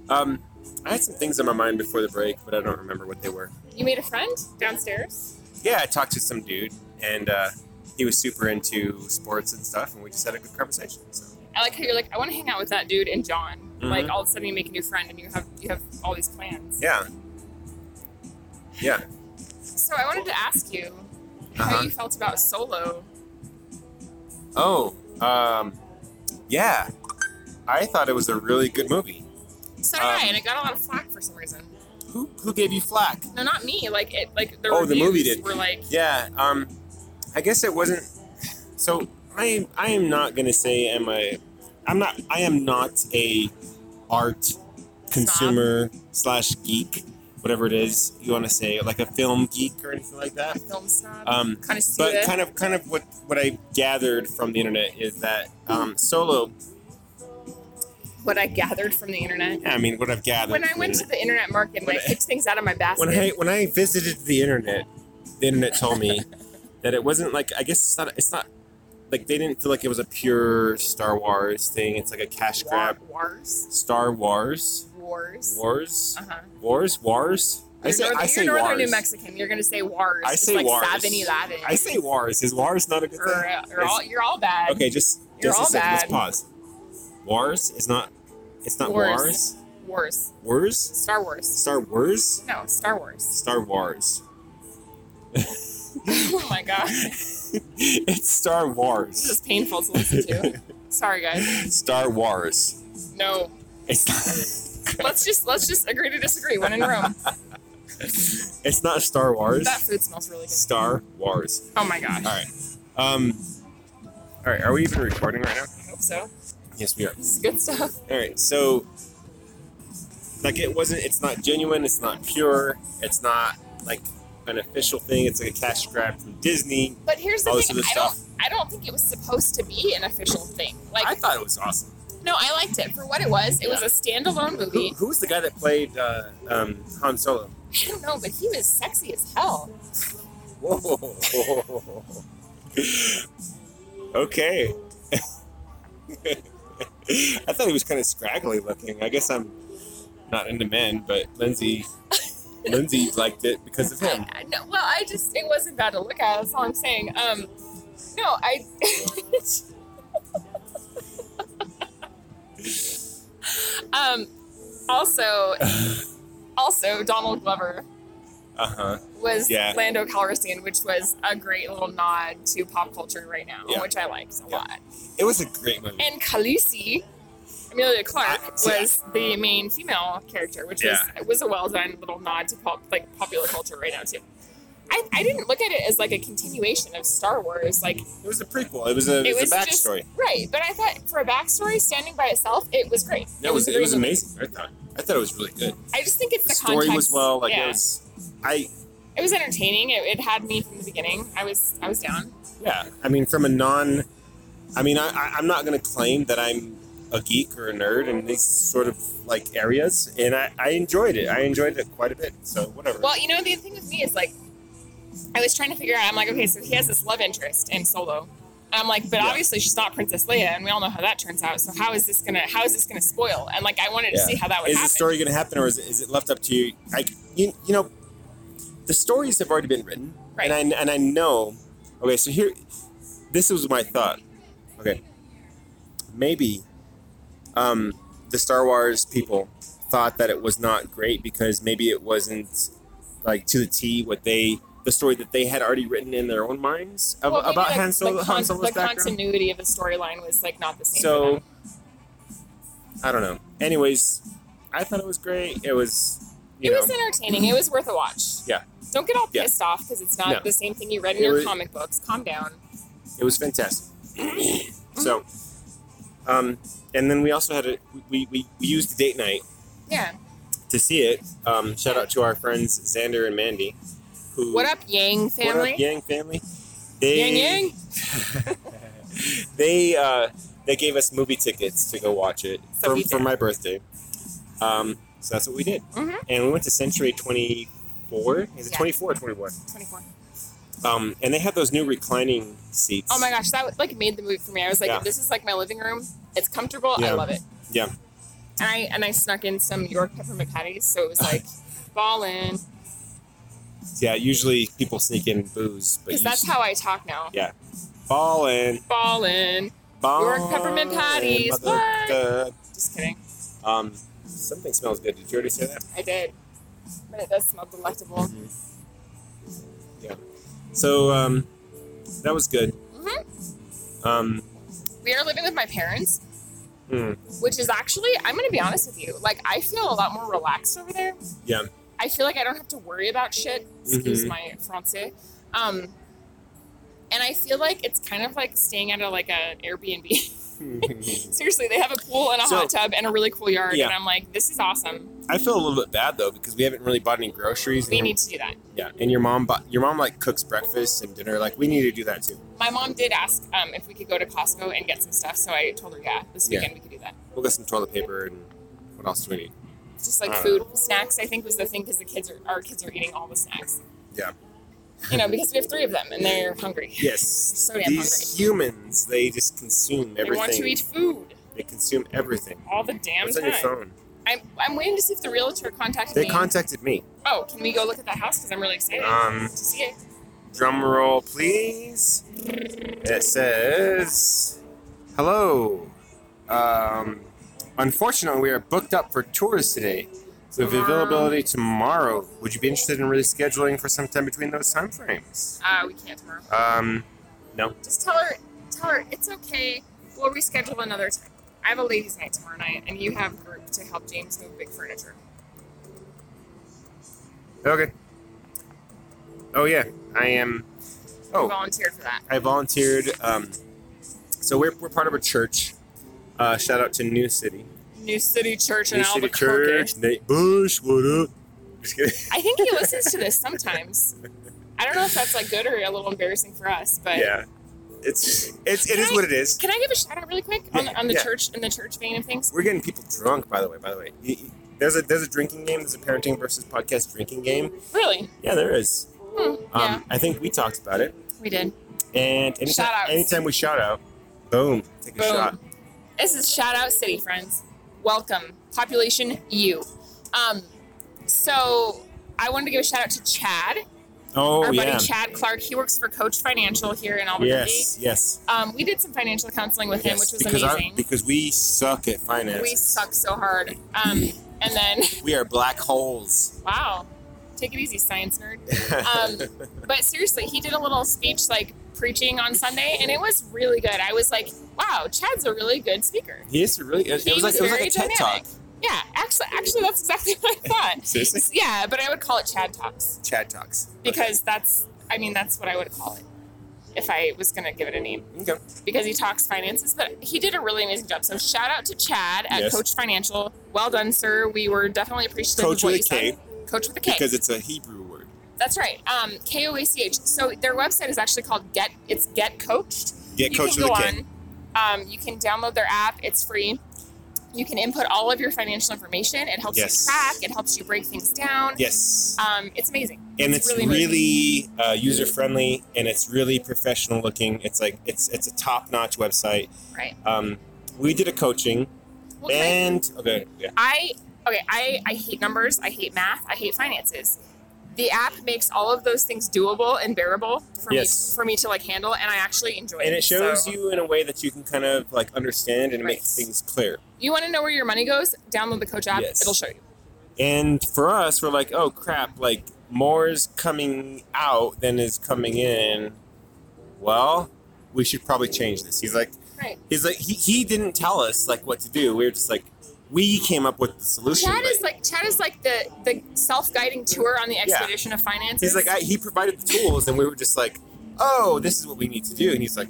S1: Um, I had some things on my mind before the break, but I don't remember what they were.
S2: You made a friend downstairs?
S1: Yeah, I talked to some dude, and uh, he was super into sports and stuff, and we just had a good conversation. So
S2: I like how you're like, I want to hang out with that dude and John.
S1: Mhm.
S2: Like all of a sudden you make a new friend and you have you have all these plans.
S1: yeah, yeah.
S2: So I wanted to ask you how
S1: Uh-huh.
S2: you felt about solo.
S1: Oh, um, yeah. I thought it was a really good movie.
S2: So did
S1: Um,
S2: I, and it got a lot of flack for some reason.
S1: Who who gave you flack?
S2: No, not me. Like it, like the
S1: Oh, the movie
S2: reviews
S1: did.
S2: were like,
S1: Yeah, um, I guess it wasn't. So I I am not gonna say am I I'm not I am not a art consumer slash geek whatever it is you want to say like a film geek or anything like that.
S2: film snob,
S1: Um,
S2: kind of
S1: but
S2: stupid.
S1: kind of kind of what what I gathered from the internet is that um, Solo.
S2: what I gathered from the internet.
S1: I mean, what I've gathered.
S2: When I
S1: from the
S2: went to the internet market and
S1: When
S2: I
S1: I-
S2: picked things out of my basket,
S1: when I when I visited the internet, the internet told me that it wasn't like I guess it's not it's not like they didn't feel like it was a pure Star Wars thing. It's like a cash grab.
S2: Wa- wars,
S1: Star Wars,
S2: wars,
S1: wars,
S2: Uh huh.
S1: wars, wars. I say
S2: northern,
S1: I say
S2: you're northern New
S1: wars.
S2: Mexican. You're gonna say wars.
S1: I
S2: just
S1: say
S2: like
S1: wars.
S2: Savin Latin.
S1: I say wars. Is wars not a good
S2: Or,
S1: thing?
S2: uh, you're all you're all bad.
S1: Okay, just
S2: You're
S1: just a
S2: all
S1: second. Let's
S2: bad.
S1: pause. Wars is not. It's not
S2: Wars.
S1: wars.
S2: Wars.
S1: Wars.
S2: Star Wars.
S1: Star Wars.
S2: No, Star Wars.
S1: Star Wars.
S2: oh my god, this
S1: it's Star Wars.
S2: is painful to listen to. Sorry guys.
S1: Star Wars.
S2: No,
S1: It's not.
S2: let's just let's just agree to disagree. When in Rome,
S1: It's not Star Wars.
S2: that food smells really good.
S1: Star Wars.
S2: Oh my gosh.
S1: All right. Um. All right. Are we even recording right now?
S2: I hope so.
S1: Yes, we are.
S2: This is good stuff.
S1: All right. So, like, it wasn't. It's not genuine. It's not pure. It's not like an official thing. It's like a cash grab from Disney.
S2: But here's the
S1: All Oh, this
S2: thing:
S1: other
S2: I don't, I don't think it was supposed to be an official thing. Like,
S1: I thought it was awesome.
S2: no, I liked it for what it was. It was a standalone
S1: Who,
S2: movie.
S1: who was the guy that played uh, um, Han Solo?
S2: I don't know, but he was sexy as hell.
S1: Whoa. okay. I thought he was kind of scraggly looking. I guess I'm not into men, but Lindsay Lindsay liked it because of him.
S2: I, I- no, well, I just it wasn't bad to look at. That's all I'm saying. Um, no, I. um, also, also Donald Glover.
S1: Uh-huh.
S2: was
S1: Yeah.
S2: Lando Calrissian, which was a great little nod to pop culture right now,
S1: Yeah.
S2: which I liked a
S1: Yeah.
S2: lot.
S1: It was a great movie.
S2: And Khaleesi, Amelia Clark,
S1: I- see, I-
S2: was the main female character,
S1: Ah,
S2: which
S1: Yeah.
S2: was was a well done little nod to pop like popular culture right now too. I, I didn't look at it as like a continuation of Star Wars, like
S1: It was a prequel. It was a, it
S2: it
S1: was
S2: was
S1: a
S2: just-
S1: backstory.
S2: right. But I thought for a backstory standing by itself, it was great.
S1: That was
S2: a
S1: it
S2: great
S1: was
S2: movie.
S1: amazing. I thought I thought it was really good.
S2: I just think it's
S1: The,
S2: the,
S1: story was
S2: context.
S1: well like it
S2: yeah.
S1: was I
S2: It was entertaining. It, it had me from the beginning. I was I was down.
S1: Yeah, I mean, from a non, I mean, I, I, I'm not going to claim that I'm a geek or a nerd in these sort of like areas, and I, I enjoyed it. I enjoyed it quite a bit. So whatever.
S2: Well, you know, the thing with me is like, I was trying to figure out. I'm like, okay, so he has this love interest in Solo, And I'm like, but
S1: Yeah.
S2: obviously she's not Princess Leia, and we all know how that turns out. So how is this gonna how is this gonna spoil? And like I wanted to
S3: Yeah.
S2: see how that would
S3: Is
S2: happen.
S3: the story going to happen, or is it, is it left up to you? I,
S1: you, you know, the stories have already been written,
S2: Right.
S1: and I and I know. Okay, so here, this was my thought. Okay, maybe um, the Star Wars people thought that it was not great because maybe it wasn't like to the T what they the story that they had already written in their own minds ab-
S2: Well, maybe
S1: about
S2: the-
S1: Han Solo.
S2: the,
S1: Han
S2: con-
S1: Solo's
S2: the
S1: background.
S2: continuity of the storyline was like not the same. for
S1: So
S2: them.
S1: I don't know. Anyways, I thought it was great. It was you
S2: it
S1: know
S2: was entertaining. It was worth a watch.
S1: Yeah.
S2: Don't get all
S1: Yeah.
S2: pissed off because it's not
S1: No.
S2: the same thing you read in
S1: It
S2: your
S1: was-
S2: comic books. Calm down.
S1: it was fantastic. so um, and then we also had a we, we, we used the date night
S2: Yeah.
S1: to see it. Um, shout out to our friends Xander and Mandy who
S2: What up, Yang
S1: what up,
S2: family?
S1: Yang family. They
S2: Yang Yang.
S1: they uh, they gave us movie tickets to go watch it
S2: So
S1: for,
S2: we
S1: for
S2: did.
S1: my birthday. Um, so that's what we did.
S2: Mhm.
S1: And we went to Century 24. Is it
S2: Yeah.
S1: 24 or 21?
S2: Twenty-four.
S1: Um, and they had those new reclining seats.
S2: Oh my gosh, that like made the movie for me. I was like,
S1: Yeah.
S2: this is like my living room. It's comfortable. I
S1: Yeah.
S2: love it.
S1: Yeah.
S2: And I and I snuck in some York peppermint patties, so it was like ballin.
S1: Yeah, usually people sneak in booze, but
S2: Because that's how I talk now.
S1: Yeah. ballin,
S2: Ballin.
S1: ballin,
S2: York peppermint patties,
S1: mother-
S2: Just kidding.
S1: Um, something smells good. Did you already say that?
S2: I did. But it does smell delectable.
S1: So um, that was good.
S2: Mhm.
S1: Um,
S2: We are living with my parents,
S1: mm,
S2: which is actually I'm gonna be honest with you. Like I feel a lot more relaxed over there.
S1: yeah.
S2: I feel like I don't have to worry about shit. Excuse
S1: Mhm.
S2: my français. Um, and I feel like it's kind of like staying at a like an Airbnb. Seriously, they have a pool and a
S1: So-
S2: hot tub and a really cool yard,
S1: Yeah.
S2: and I'm like, this is awesome.
S1: I feel a little bit bad though because we haven't really bought any groceries.
S2: We
S1: and-
S2: need to do that.
S1: yeah, and your mom bought your mom like cooks breakfast and dinner. Like we need to do that too.
S2: My mom did ask um, if we could go to Costco and get some stuff, so I told her, yeah, this
S1: Yeah.
S2: weekend we could do that.
S1: We'll get some toilet paper and what else do we need?
S2: It's just like
S1: Uh.
S2: food, snacks. I think was the thing because the kids are our kids are eating all the snacks.
S1: Yeah.
S2: You know, because we have three of them and they're hungry.
S1: Yes,
S2: So damn
S1: these humans they just consume everything.
S2: They want to eat food
S1: They consume everything.
S2: all the damn
S1: What's on
S2: time.
S1: your phone?
S2: I'm, I'm waiting to see if the realtor contacted
S1: They
S2: me.
S1: contacted me.
S2: oh, can we go look at that house? Because I'm really excited
S1: Um,
S2: to see it.
S1: Drum roll, please. It says, "Hello. Um, unfortunately, we are booked up for tours today. So if availability tomorrow, would you be interested in rescheduling for some time between those time frames?"
S2: Uh, we can't tomorrow.
S1: Um, no.
S2: Just tell her, tell her it's okay. We'll reschedule another time. I have a ladies' night tomorrow night, and you have group to help James move big furniture.
S1: Okay. Oh yeah, I am.
S2: You
S1: Oh,
S2: volunteered for that.
S1: I volunteered. Um, so we're, we're part of a church. Uh, shout out to New City.
S2: New City Church in
S1: New City
S2: Albuquerque.
S1: Church. Nate Bush. What up? Just kidding.
S2: I think he listens to this sometimes. I don't know if that's like good or a little embarrassing for us, but
S1: yeah, it's it's it is
S2: Can I-
S1: what it is.
S2: can I give a shout out really quick on, the- on the
S1: Yeah.
S2: church in the church vein of things?
S1: We're getting people drunk, by the way. By the way, You- you- there's a there's a drinking game. There's a parenting versus podcast drinking game.
S2: Really?
S1: Yeah, there is.
S2: Hmm,
S1: Um,
S2: yeah,
S1: I think we talked about it.
S2: we did.
S1: And anytime,
S2: Shout-outs.
S1: anytime we shout out, boom, take a
S2: Boom.
S1: shot.
S2: This is shout out city friends. Welcome, population you. Um, so I wanted to give a shout out to Chad,
S1: Oh
S2: our
S1: yeah,
S2: buddy Chad Clark. He works for Coach Financial here in Albuquerque.
S1: yes, yes.
S2: Um, we did some financial counseling with him,
S1: yes.
S2: which was
S1: because
S2: amazing.
S1: Our, because we suck at finance.
S2: we suck so hard. Um, and then,
S1: We are black holes.
S2: wow, take it easy, science nerd. Um, but seriously, he did a little speech like preaching on Sunday, and it was really good. I was like, wow, Chad's a really good speaker.
S1: he is really. It,
S2: He
S1: it was like it
S2: was
S1: was like
S2: very
S1: a TED
S2: dynamic.
S1: talk.
S2: Yeah, actually, actually, that's exactly what I thought.
S1: Seriously,
S2: Yeah, but I would call it Chad Talks
S1: Chad talks.
S2: because that's, I mean, that's what I would call it if I was going to give it a name
S1: Okay.
S2: because he talks finances. But he did a really amazing job. So shout out to Chad at
S1: Yes.
S2: Coach Financial. Well done, sir. We were definitely appreciative
S1: Coach
S2: of what
S1: with
S2: you
S1: a K.
S2: said. Coach with a K.
S1: Because it's a Hebrew word.
S2: that's right. Um, K O A C H. So their website is actually called Get. It's Get Coached.
S1: Get
S2: you
S1: coached
S2: can
S1: with
S2: go
S1: a K.
S2: on. Um, you can download their app. It's free. You can input all of your financial information. It helps
S3: Yes.
S2: you track. It helps you break things down.
S3: Yes.
S2: Um, it's amazing.
S3: and it's
S2: really
S3: really,
S2: amazing.
S3: uh, user friendly and it's really professional looking. It's like it's it's a top notch website.
S2: Right.
S3: Um, we did a coaching
S2: Well, can I-
S3: and okay, yeah,
S2: I okay, I, I hate numbers, I hate math, I hate finances. The app makes all of those things doable and bearable for
S3: Yes.
S2: me for me to like handle and I actually enjoy it.
S3: and it shows
S2: So,
S3: you in a way that you can kind of like understand and make
S2: Right.
S3: things clear.
S2: you want to know where your money goes, download the coach app,
S3: Yes.
S2: it'll show you.
S3: And for us, we're like, oh crap, like more's coming out than is coming in. Well, we should probably change this. He's like,
S2: Right.
S3: he's like, he, he didn't tell us like what to do. We were just like, we came up with the solution.
S2: Chad
S3: but-
S2: is like Chad is like the the self-guiding tour on the expedition of finances.
S3: He's like, I, he provided the tools, and we were just like, oh, this is what we need to do. And he's like,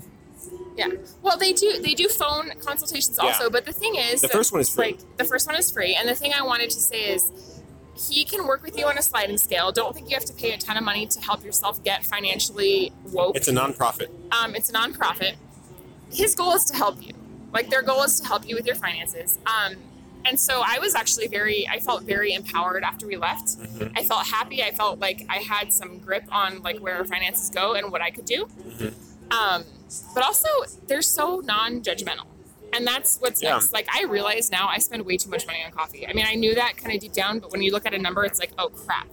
S2: Well, they do they do phone consultations
S3: Yeah.
S2: also, but the thing is
S3: the
S2: that-
S3: first one is free.
S2: like the first one is free and the thing i wanted to say is he can work with you on a sliding scale don't think you have to pay a ton of money to help yourself get financially woke
S3: It's a nonprofit.
S2: um, it's a nonprofit his goal is to help you like their goal is to help you with your finances um, and so i was actually very i felt very empowered after we left
S3: Mhm.
S1: Mm-hmm,
S2: i felt happy i felt like i had some grip on like where our finances go and what i could do
S3: Mhm.
S1: mm-hmm,
S2: um, but also they're so non-judgmental and that's what's
S3: Yeah.
S2: next like i realize now i spend way too much money on coffee i mean i knew that kind of deep down but when you look at a number it's like oh crap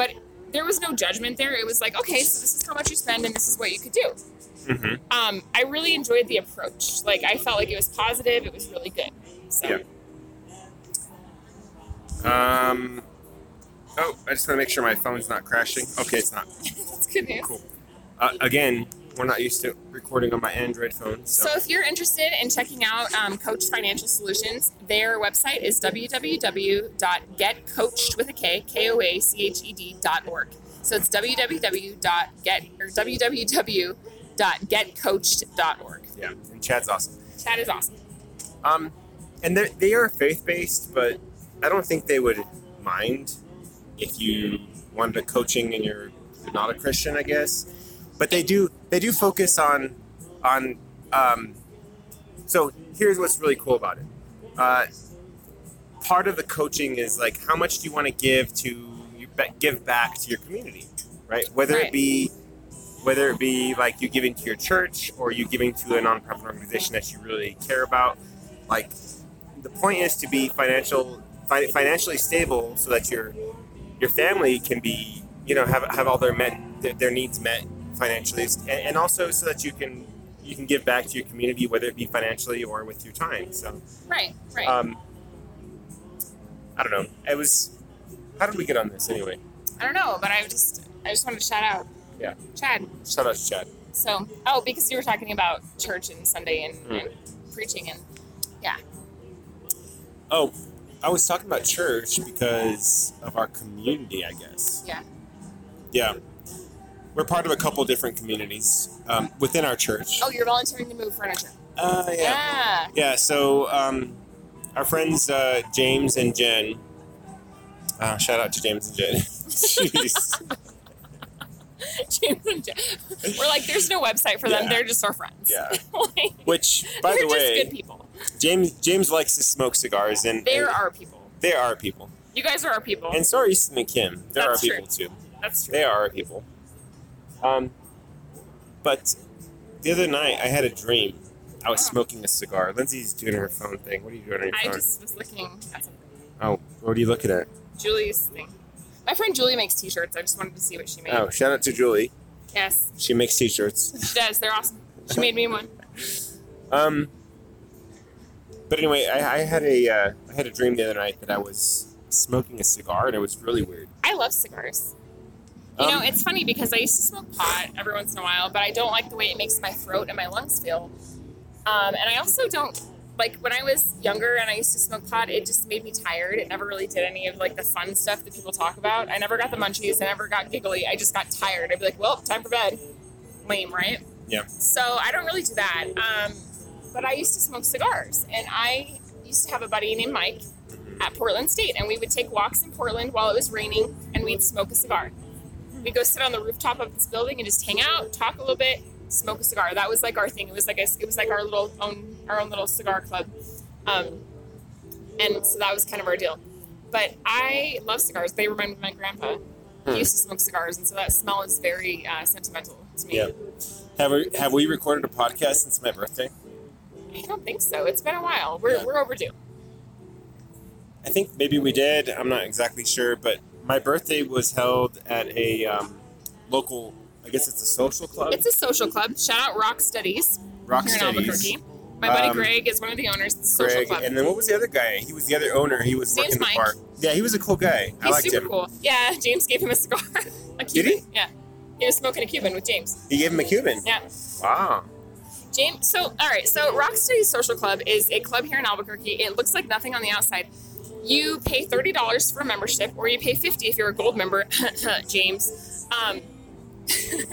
S2: but there was no judgment there it was like okay so this is how much you spend and this is what you could do
S3: Mhm.
S1: mm-hmm.
S2: um, i really enjoyed the approach like i felt like it was positive it was really good so
S1: Yeah. Um, oh, I just want to make sure my phone's not crashing. Okay, it's not.
S2: that's good news
S1: Cool. Uh, again, we're not used to recording on my Android phone, so,
S2: So if you're interested in checking out um, Coach Financial Solutions, their website is www.getcoached with a K, K-O-A-C-H-E-D dot org. So it's www.get or www.getcoached.org.
S1: yeah. And Chad's awesome.
S2: That is awesome.
S1: Um, and they they are faith based, but I don't think they would mind
S3: If you wanted a coaching and you're not a Christian, I guess,
S1: but they do they do focus on on um, so here's what's really cool about it uh, part of the coaching is like how much do you want to give to you ba- give back to your community right whether
S2: Right.
S1: it be whether it be like you giving to your church or you giving to a nonprofit organization that you really care about like the point is to be financial fi- financially stable so that your your family can be you know have, have all their met their, their needs met financially and, and also so that you can you can give back to your community whether it be financially or with your time so
S2: Right, right.
S1: um i don't know it was how did we get on this anyway
S2: I don't know, but I just I just wanted to shout out.
S1: Yeah.
S2: Chad.
S3: shout out to Chad.
S2: So oh, because you were talking about church and Sunday and,
S1: Mm.
S2: and preaching and
S3: Oh, I was talking about church because of our community, I guess.
S2: Yeah.
S3: Yeah. We're part of a couple different communities um, within our church.
S2: oh, you're volunteering to move furniture.
S3: Uh, yeah.
S2: yeah.
S3: Yeah, so um, our friends uh, James and Jen. Uh, shout out to James and Jen. Jeez.
S2: James and Jen. We're like, there's no website for them.
S3: Yeah.
S2: They're just our friends.
S3: Yeah.
S2: like,
S3: Which, by
S2: they're
S3: the
S2: just good
S3: way,
S2: people.
S3: James James likes to smoke cigars, and
S2: They're
S3: and
S2: our people.
S3: they are people.
S2: You guys are our people.
S3: And so are Easton and Kim. They're
S2: That's
S3: our
S2: true.
S3: people too.
S2: That's true.
S3: They are our people. Um, but the other night I had a dream.
S1: i was
S2: Oh.
S1: smoking a cigar lindsay's doing her phone thing what are you doing on your
S2: I
S1: phone
S2: just was looking at some
S1: oh what are you looking at
S2: Julie's thing. My friend Julie makes t-shirts. I just wanted to see what she made.
S1: oh shout out to julie
S2: Yes,
S3: She makes T-shirts.
S2: she does. They're awesome. She made me one.
S1: um
S3: But anyway, I, I had a uh, I had a dream the other night that I was smoking a cigar, and it was really weird.
S2: I love cigars. You know,
S3: Um,
S2: it's funny because I used to smoke pot every once in a while, but I don't like the way it makes my throat and my lungs feel. Um, and I also don't like when I was younger and I used to smoke pot. It just made me tired. It never really did any of like the fun stuff that people talk about. I never got the munchies. I never got giggly. I just got tired. I'd be like, "Well, time for bed." Lame, right?
S3: Yeah.
S2: So I don't really do that. Um, but I used to smoke cigars, and I used to have a buddy named Mike at Portland State, and we would take walks in Portland while it was raining, and we'd smoke a cigar. We'd go sit on the rooftop of this building and just hang out, talk a little bit, smoke a cigar. That was like our thing. It was like a, it was like our little own our own little cigar club. Um, And so that was kind of our deal. But I love cigars. They remind me of my grandpa.
S1: Hmm.
S2: He used to smoke cigars, and so that smell is very uh, sentimental to me.
S3: Yeah. Have we, have we recorded a podcast since my birthday?
S2: I don't think so. It's been a while. We're,
S3: Yeah.
S2: we're overdue.
S3: I think maybe we did. I'm not exactly sure, but my birthday was held at a um, local. I guess it's a social club.
S2: It's a social club. Shout out Rock Studies
S3: Rock
S2: here in
S3: Studies.
S2: Albuquerque. My buddy
S3: Um,
S2: Greg is one of the owners of the social
S3: Greg,
S2: club.
S3: and then what was the other guy? He was the other owner. He was
S2: His
S3: working
S2: name's
S3: the
S2: Mike.
S3: park. Yeah, he was a cool guy. I
S2: He's
S3: liked
S2: super
S3: him.
S2: cool. Yeah, James gave him a cigar. a
S3: Did
S2: Cuban.
S3: he?
S2: Yeah. He was smoking a Cuban with James.
S3: He gave him a Cuban.
S2: Yeah.
S1: Wow.
S2: James, so, all right, so Rock Studies Social Club is a club here in Albuquerque. It looks like nothing on the outside. You pay $30 for a membership, or you pay 50 if you're a gold member, James. Um,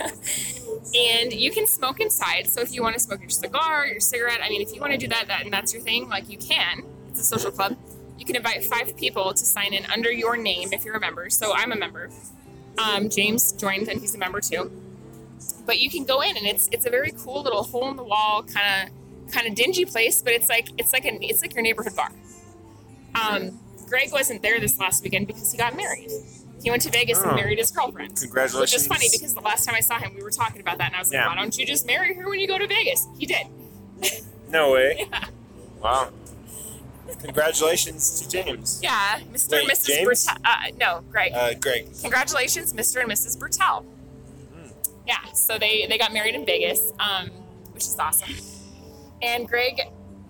S2: and you can smoke inside. So if you want to smoke your cigar, your cigarette, I mean, if you want to do that, that and that's your thing, like you can. It's a social club. You can invite five people to sign in under your name if you're a member. So I'm a member. Um, James joined and he's a member too. But you can go in and it's it's a very cool little hole in the wall kind of kind of dingy place, but it's like it's like an it's like your neighborhood bar. Um, Greg wasn't there this last weekend because he got married. He went to Vegas
S1: Oh.
S2: and married his girlfriend. Which
S3: Congratulations.
S2: is funny because the last time I saw him, we were talking about that, and I was like,
S3: Yeah.
S2: "Why don't you just marry her when you go to Vegas?" He did.
S3: no way. Wow. Congratulations to James.
S2: Yeah, Mr.
S3: Wait,
S2: and Mrs.
S3: James?
S2: Bertel. Uh, no, Greg.
S3: Uh, Greg.
S2: Congratulations, Mr. and Mrs. Bertel.
S3: Hmm.
S2: Yeah, so they they got married in Vegas, um, which is awesome. And Greg,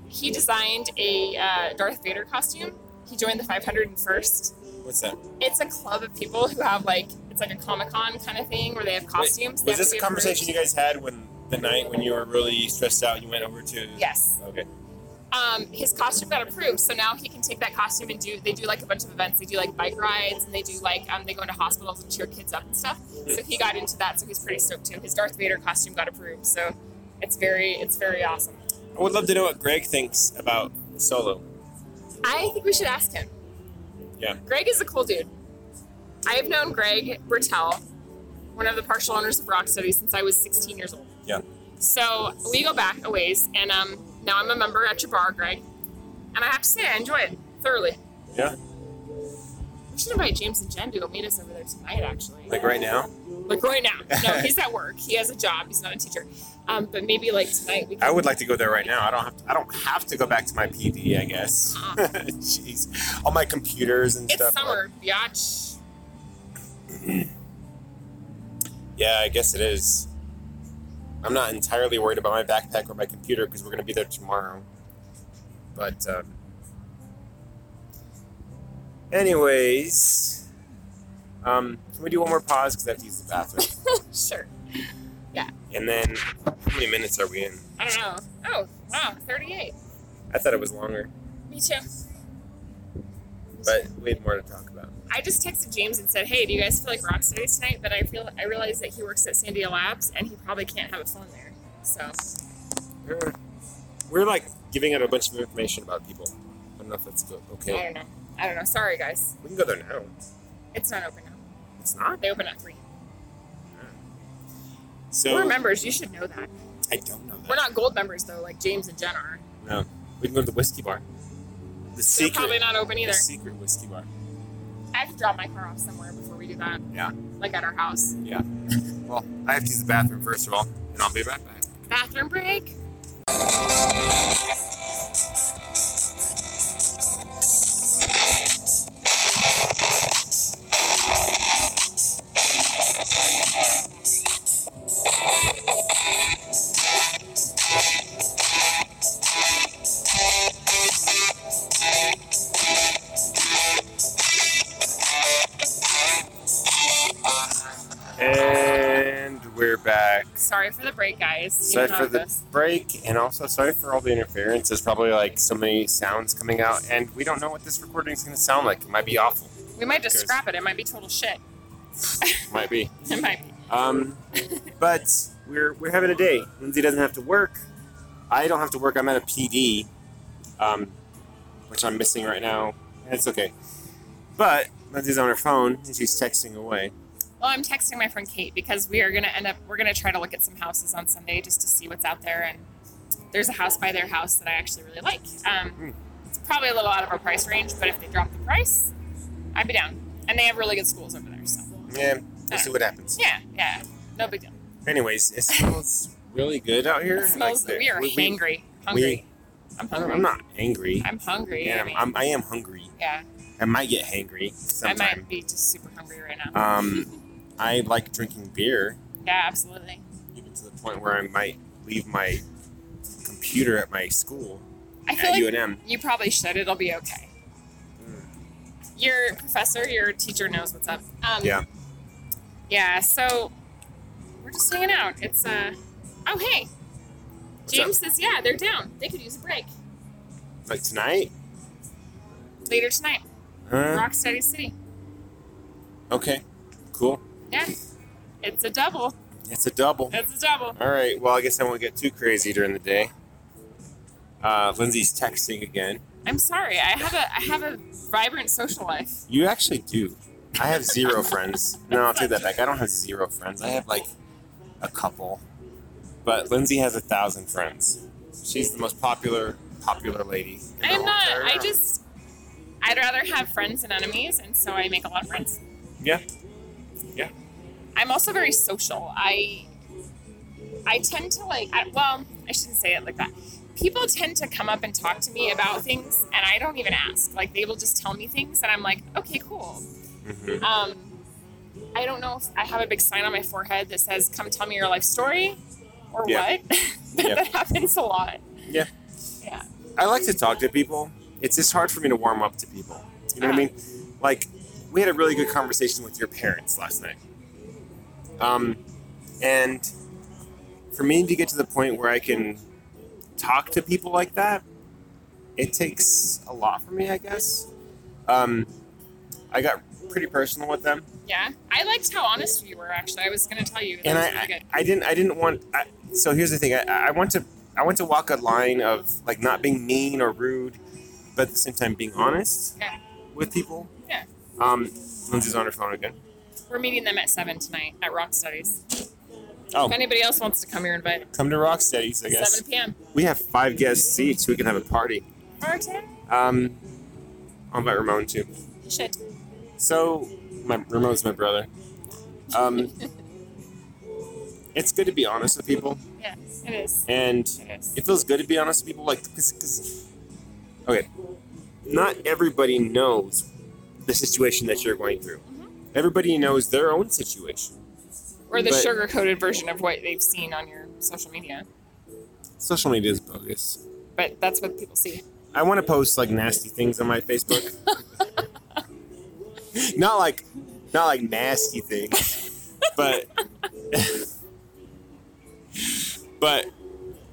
S2: he designed a uh, Darth Vader costume. He joined the 501st.
S3: What's that?
S2: It's a club of people who have like it's like a Comic Con kind of thing where they have costumes. They
S3: Was
S2: have
S3: this
S2: to
S3: a
S2: be
S3: conversation you
S2: approved.
S3: guys had when the night when you were really stressed out and you went over to?
S2: Yes.
S3: Okay.
S2: um, his costume got approved, so now he can take that costume and do. They do like a bunch of events. They do like bike rides, and they do like um, they go into hospitals and cheer kids up and stuff. So he got into that, so he's pretty stoked too. His Darth Vader costume got approved, so it's very it's very awesome.
S3: I would love to know what Greg thinks about solo.
S2: I think we should ask him.
S3: Yeah.
S2: Greg is a cool dude. I have known Greg Bertel, one of the partial owners of Rock Study, since I was 16 years old.
S3: Yeah.
S2: So we go back a ways, and um, now I'm a member at your bar, Greg. And I have to say, I enjoy it thoroughly.
S3: Yeah.
S2: We should invite James and Jen to go meet us over there tonight, actually.
S1: Like right now,
S2: Like right now. No, he's at work. He has a job. He's not a teacher. Um, but maybe like tonight we can.
S1: I would like to go there right now. I don't have. To, I don't have to go back to my PD. I guess.
S2: Uh-uh.
S1: Jeez, all my computers and
S2: It's
S1: stuff.
S2: summer, biatch.
S3: Yeah, I guess it is.
S1: I'm not entirely worried about my backpack or my computer because we're going to be there tomorrow. But um,
S3: Anyways, um, can we do one more pause because I have to use the bathroom?
S2: Sure.
S3: and then, how many minutes are we in?
S2: I don't know. Oh, wow, 38.
S3: I thought it was longer,
S2: Me too.
S3: but we had more to talk about.
S2: I just texted James and said, "Hey, do you guys feel like rock studies tonight?" But I feel I realized that he works at Sandia Labs and he probably can't have a phone there. So
S3: We're, we're like giving out a bunch of information about people. I don't know if that's good.
S2: I
S3: Okay,
S2: don't know. I don't know. Sorry, guys.
S3: we can go there now.
S2: It's not open now.
S3: It's not.
S2: They open at three.
S3: So
S2: We're members. You should know that.
S3: I don't know that.
S2: We're not gold members though, like James and Jen are.
S3: No, we can go to the whiskey bar. The
S2: They're
S3: secret.
S2: probably not open either.
S3: The secret whiskey bar.
S2: I have to drop my car off somewhere before we do that.
S1: Yeah.
S2: Like at our house.
S1: well, I have to use the bathroom first of all, and I'll be right back.
S2: Bathroom break.
S1: And we're back.
S2: Sorry for the break, guys. You
S1: Sorry
S2: know
S1: for
S2: how it
S1: the
S2: goes.
S1: break, and also sorry for all the interference. There's probably like so many sounds coming out, and we don't know what this recording is going to sound like. It might be awful.
S2: We might just
S1: Because-
S2: scrap it. It might be total shit.
S1: It might be.
S2: It might be.
S3: Um, but we're we're having a day. Lindsay doesn't have to work. I don't have to work. I'm at a PD, um, which I'm missing right now. And It's okay. But Lindsay's on her phone and she's texting away.
S2: Well, I'm texting my friend Kate because we are going to end up, we're going to try to look at some houses on
S1: Hmm.
S2: Sunday just to see what's out there. And there's a house by their house that I actually really like. Um, it's probably a little out of our price range, but if they drop the price, I'd be down. And they have really good schools over there, so
S1: Yeah, we'll see what happens.
S2: yeah, yeah, no big deal.
S1: Anyways, it smells really good out here.
S2: It smells.
S1: Like,
S2: we are
S1: we- we-
S2: hangry, hungry. I'm hungry.
S1: I'm not angry.
S2: I'm hungry.
S1: Yeah,
S2: I mean,
S1: I'm, I am hungry.
S2: yeah,
S1: I might get hangry
S2: I
S1: sometime.
S2: might be just super hungry right now.
S1: Um, I like drinking beer,
S2: yeah, absolutely.
S1: even to the point where I might leave my computer at my school
S2: I
S1: at
S2: feel like
S1: UNM.
S2: you probably should. It'll be okay.
S1: Hmm.
S2: Your professor, your teacher knows what's up. Um,
S1: Yeah.
S2: Yeah. So we're just hanging out. It's uh. Oh hey,
S1: What's
S2: James says yeah they're down. They could use a break
S1: up? Like tonight?
S2: later tonight.
S1: Huh?
S2: Rock Steady City.
S1: Okay, cool.
S2: Yeah. It's a double.
S1: It's a double.
S2: It's a double.
S1: All right. Well, I guess I won't get too crazy during the day. Uh, Lindsay's texting again.
S2: I'm sorry. I have a I have a vibrant social life.
S1: You actually do. I have zero friends. No, I'll take that back. I don't have zero friends. I have like a couple. But Lindsay has a thousand friends. She's the most popular, popular lady. in the
S2: I am
S1: whole
S2: not.
S1: entire
S2: I
S1: world.
S2: just. I'd rather have friends than enemies, and so I make a lot of friends.
S1: Yeah. Yeah.
S2: I'm also very social. I. I tend to like. I, well, I shouldn't say it like that. People tend to come up and talk to me about things, and I don't even ask. Like they will just tell me things, and I'm like, okay, cool.
S1: Mhm.
S2: Um, I don't know if I have a big sign on my forehead that says "Come tell me your life story," or
S1: Yeah.
S2: what. but
S1: Yeah.
S2: that happens a lot.
S1: Yeah.
S2: Yeah.
S1: I like to talk to people. It's just hard for me to warm up to people. You know what I
S2: Yeah.
S1: mean? Like, we had a really good conversation with your parents last night. Um, and for me to get to the point where I can talk to people like that, it takes a lot for me, I guess. Um, I got pretty personal with them,
S2: Yeah, I liked how honest you were. Actually, I was going to tell you. That
S1: and
S2: was
S1: I,
S2: really
S1: I,
S2: good.
S1: I didn't, I didn't want. I, so here's the thing: I, I want to, I want to walk a line of like not being mean or rude, but at the same time being honest
S2: Yeah.
S1: with people.
S2: Yeah.
S1: Um, Lindsay's on her phone again.
S2: We're meeting them at seven tonight at Rock Studies.
S1: Oh.
S2: If anybody else wants to come, you're invited.
S1: Come to Rocksteady's, I guess.
S2: Seven p.m.
S1: We have five guest seats. We can have a party.
S2: Martin,
S1: Um, I'll invite Ramon too.
S2: you should.
S1: So, my Ramon's my brother. Um, it's good to be honest with people,
S2: Yeah, it is.
S1: and
S2: It is.
S1: it feels good to be honest with people. Like, cause, 'cause- okay, not everybody knows the situation that you're going through.
S2: Mm-hmm.
S1: Everybody knows their own situation.
S2: Or the
S1: but-
S2: sugar-coated version of what they've seen on your social media,
S1: Social media is bogus.
S2: but that's what people see.
S1: I want to post like nasty things on my Facebook. not like, not like nasty things, but, but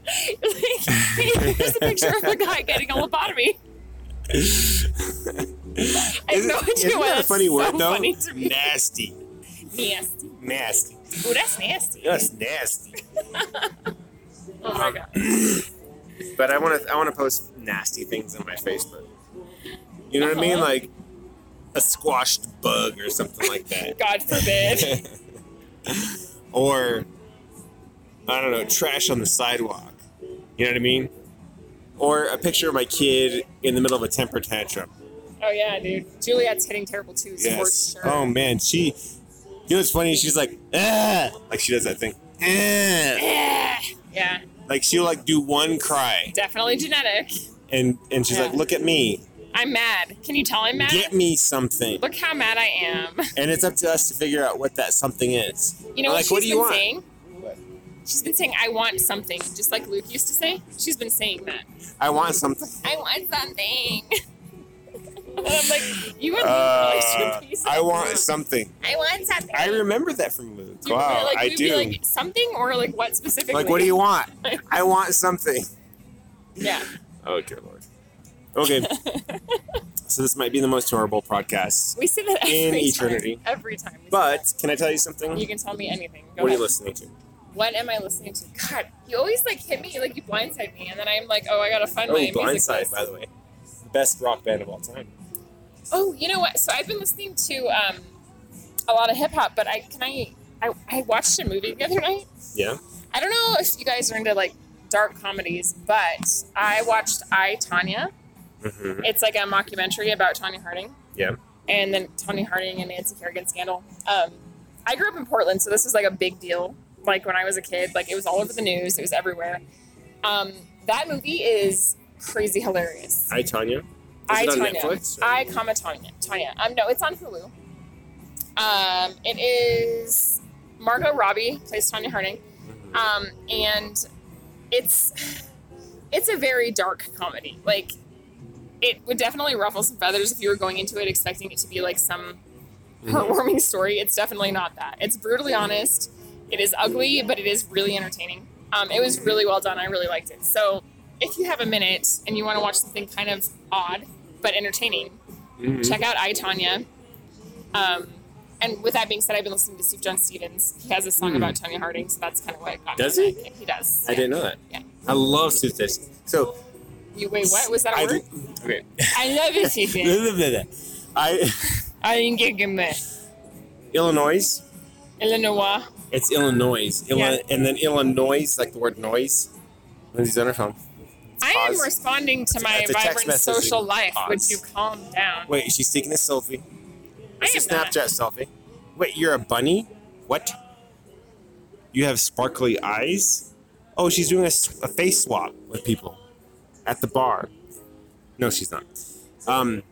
S2: Here's a picture of the guy getting a lobotomy. I have
S1: Isn't-
S2: no idea
S1: isn't
S2: why
S1: that a
S2: that's
S1: funny
S2: so
S1: word, though?
S2: funny to me.
S1: nasty,
S2: Nasty.
S1: nasty.
S2: Ooh, that's nasty.
S1: That's nasty.
S2: Oh my god.
S1: But I want to, I want to post nasty things on my Facebook. You know what I mean?
S2: Uh-huh.
S1: Like a squashed bug or something like that.
S2: God forbid.
S1: or I don't know, trash on the sidewalk. You know what I mean? Or a picture of my kid in the middle of a temper tantrum.
S2: Oh yeah, dude. Juliet's hitting terrible twos for sure.
S1: Oh man, she. You know what's funny? She's like, ah, like she does that thing. Ah.
S2: yeah. Yeah.
S1: Like she'll like do one cry,
S2: Definitely genetic.
S1: and and she's
S2: Yeah.
S1: like, look at me,
S2: I'm mad. Can you tell I'm mad?
S1: get me something,
S2: Look how mad I am.
S1: and it's up to us to figure out what that something is.
S2: You know
S1: Like,
S2: what she's
S1: what do you
S2: been
S1: want?
S2: saying? She's been saying I want something, just like Luke used to say. She's been saying that.
S1: I want something.
S2: I want something. And I'm like, you and Luke really
S1: Uh,
S2: should be
S1: I want
S2: something.
S1: something.
S2: I want something.
S1: I remember that from Luke.
S2: You'd be
S1: Wow,
S2: like,
S1: I
S2: we'd be
S1: do.
S2: like something or like what specifically?
S1: Like, what do you want? I want something.
S2: Yeah.
S1: Oh, dear lord. Okay. so this might be the most horrible podcast.
S2: We say that
S1: In
S2: every time.
S1: eternity.
S2: Every time. we say
S1: But can I tell you something?
S2: that. you can tell me anything. Go
S1: what are
S2: ahead.
S1: you listening to?
S2: what am I listening to? God, you always like hit me, like you blindside me, and then I'm like, oh, I gotta find
S1: Oh,
S2: my music
S1: Blindside,
S2: list.
S1: by the way. Best rock band of all time.
S2: Oh, you know what? So I've been listening to um, a lot of hip hop, but I can I, I I watched a movie the other night.
S1: Yeah.
S2: I don't know if you guys are into like dark comedies, but I watched I Tanya
S1: hmm
S2: It's like a mockumentary about Tanya Harding.
S1: Yeah.
S2: And then Tanya Harding and Nancy Kerrigan scandal. Um, I grew up in Portland, so this was like a big deal. Like when I was a kid, like it was all over the news. It was everywhere. Um, that movie is crazy hilarious.
S1: Hi, Tanya. Is
S2: I,
S1: it on
S2: Tanya.
S1: Netflix? or-
S2: I comma Tanya. Tanya. Um, no, it's on Hulu. Um, it is Margot Robbie plays Tanya Harding,
S1: Mhm.
S2: um, and it's it's a very dark comedy. Like it would definitely ruffle some feathers if you were going into it expecting it to be like some
S1: Mhm.
S2: heartwarming story. It's definitely not that. It's brutally honest. It is ugly, but it is really entertaining. Um, it was really well done. I really liked it. So if you have a minute and you want to watch something kind of odd but entertaining,
S1: Mhm.
S2: check out I Tanya. Um, and with that being said, I've been listening to Steve John Stevens. He has a song
S1: Hmm.
S2: about Tanya Harding, so that's kind of what got me.
S1: Does
S2: on
S1: he?
S2: that. He does.
S1: I didn't know that.
S2: Yeah.
S1: I love Suthes. So
S2: You wait. What was that a
S1: I
S2: word?
S1: did- okay.
S2: I love it. she
S1: Blah,
S2: did.
S1: blah, blah, blah. I
S2: I didn't get good at
S1: Illinois.
S2: Illinois.
S1: It's Illinois. Illi-
S2: Yeah.
S1: And then Illinois, like the word noise. Lindsay's on her phone.
S2: I am
S1: Pause.
S2: responding to my
S1: That's a text
S2: vibrant
S1: message.
S2: social life. Would
S1: Pause.
S2: you calm down?
S1: Wait, she's taking a selfie.
S2: I
S1: It's a
S2: am not.
S1: Snapchat selfie. Wait, you're a bunny? What? You have sparkly eyes? Oh, she's doing a, s- a face swap with people at the bar. No, she's not. Um.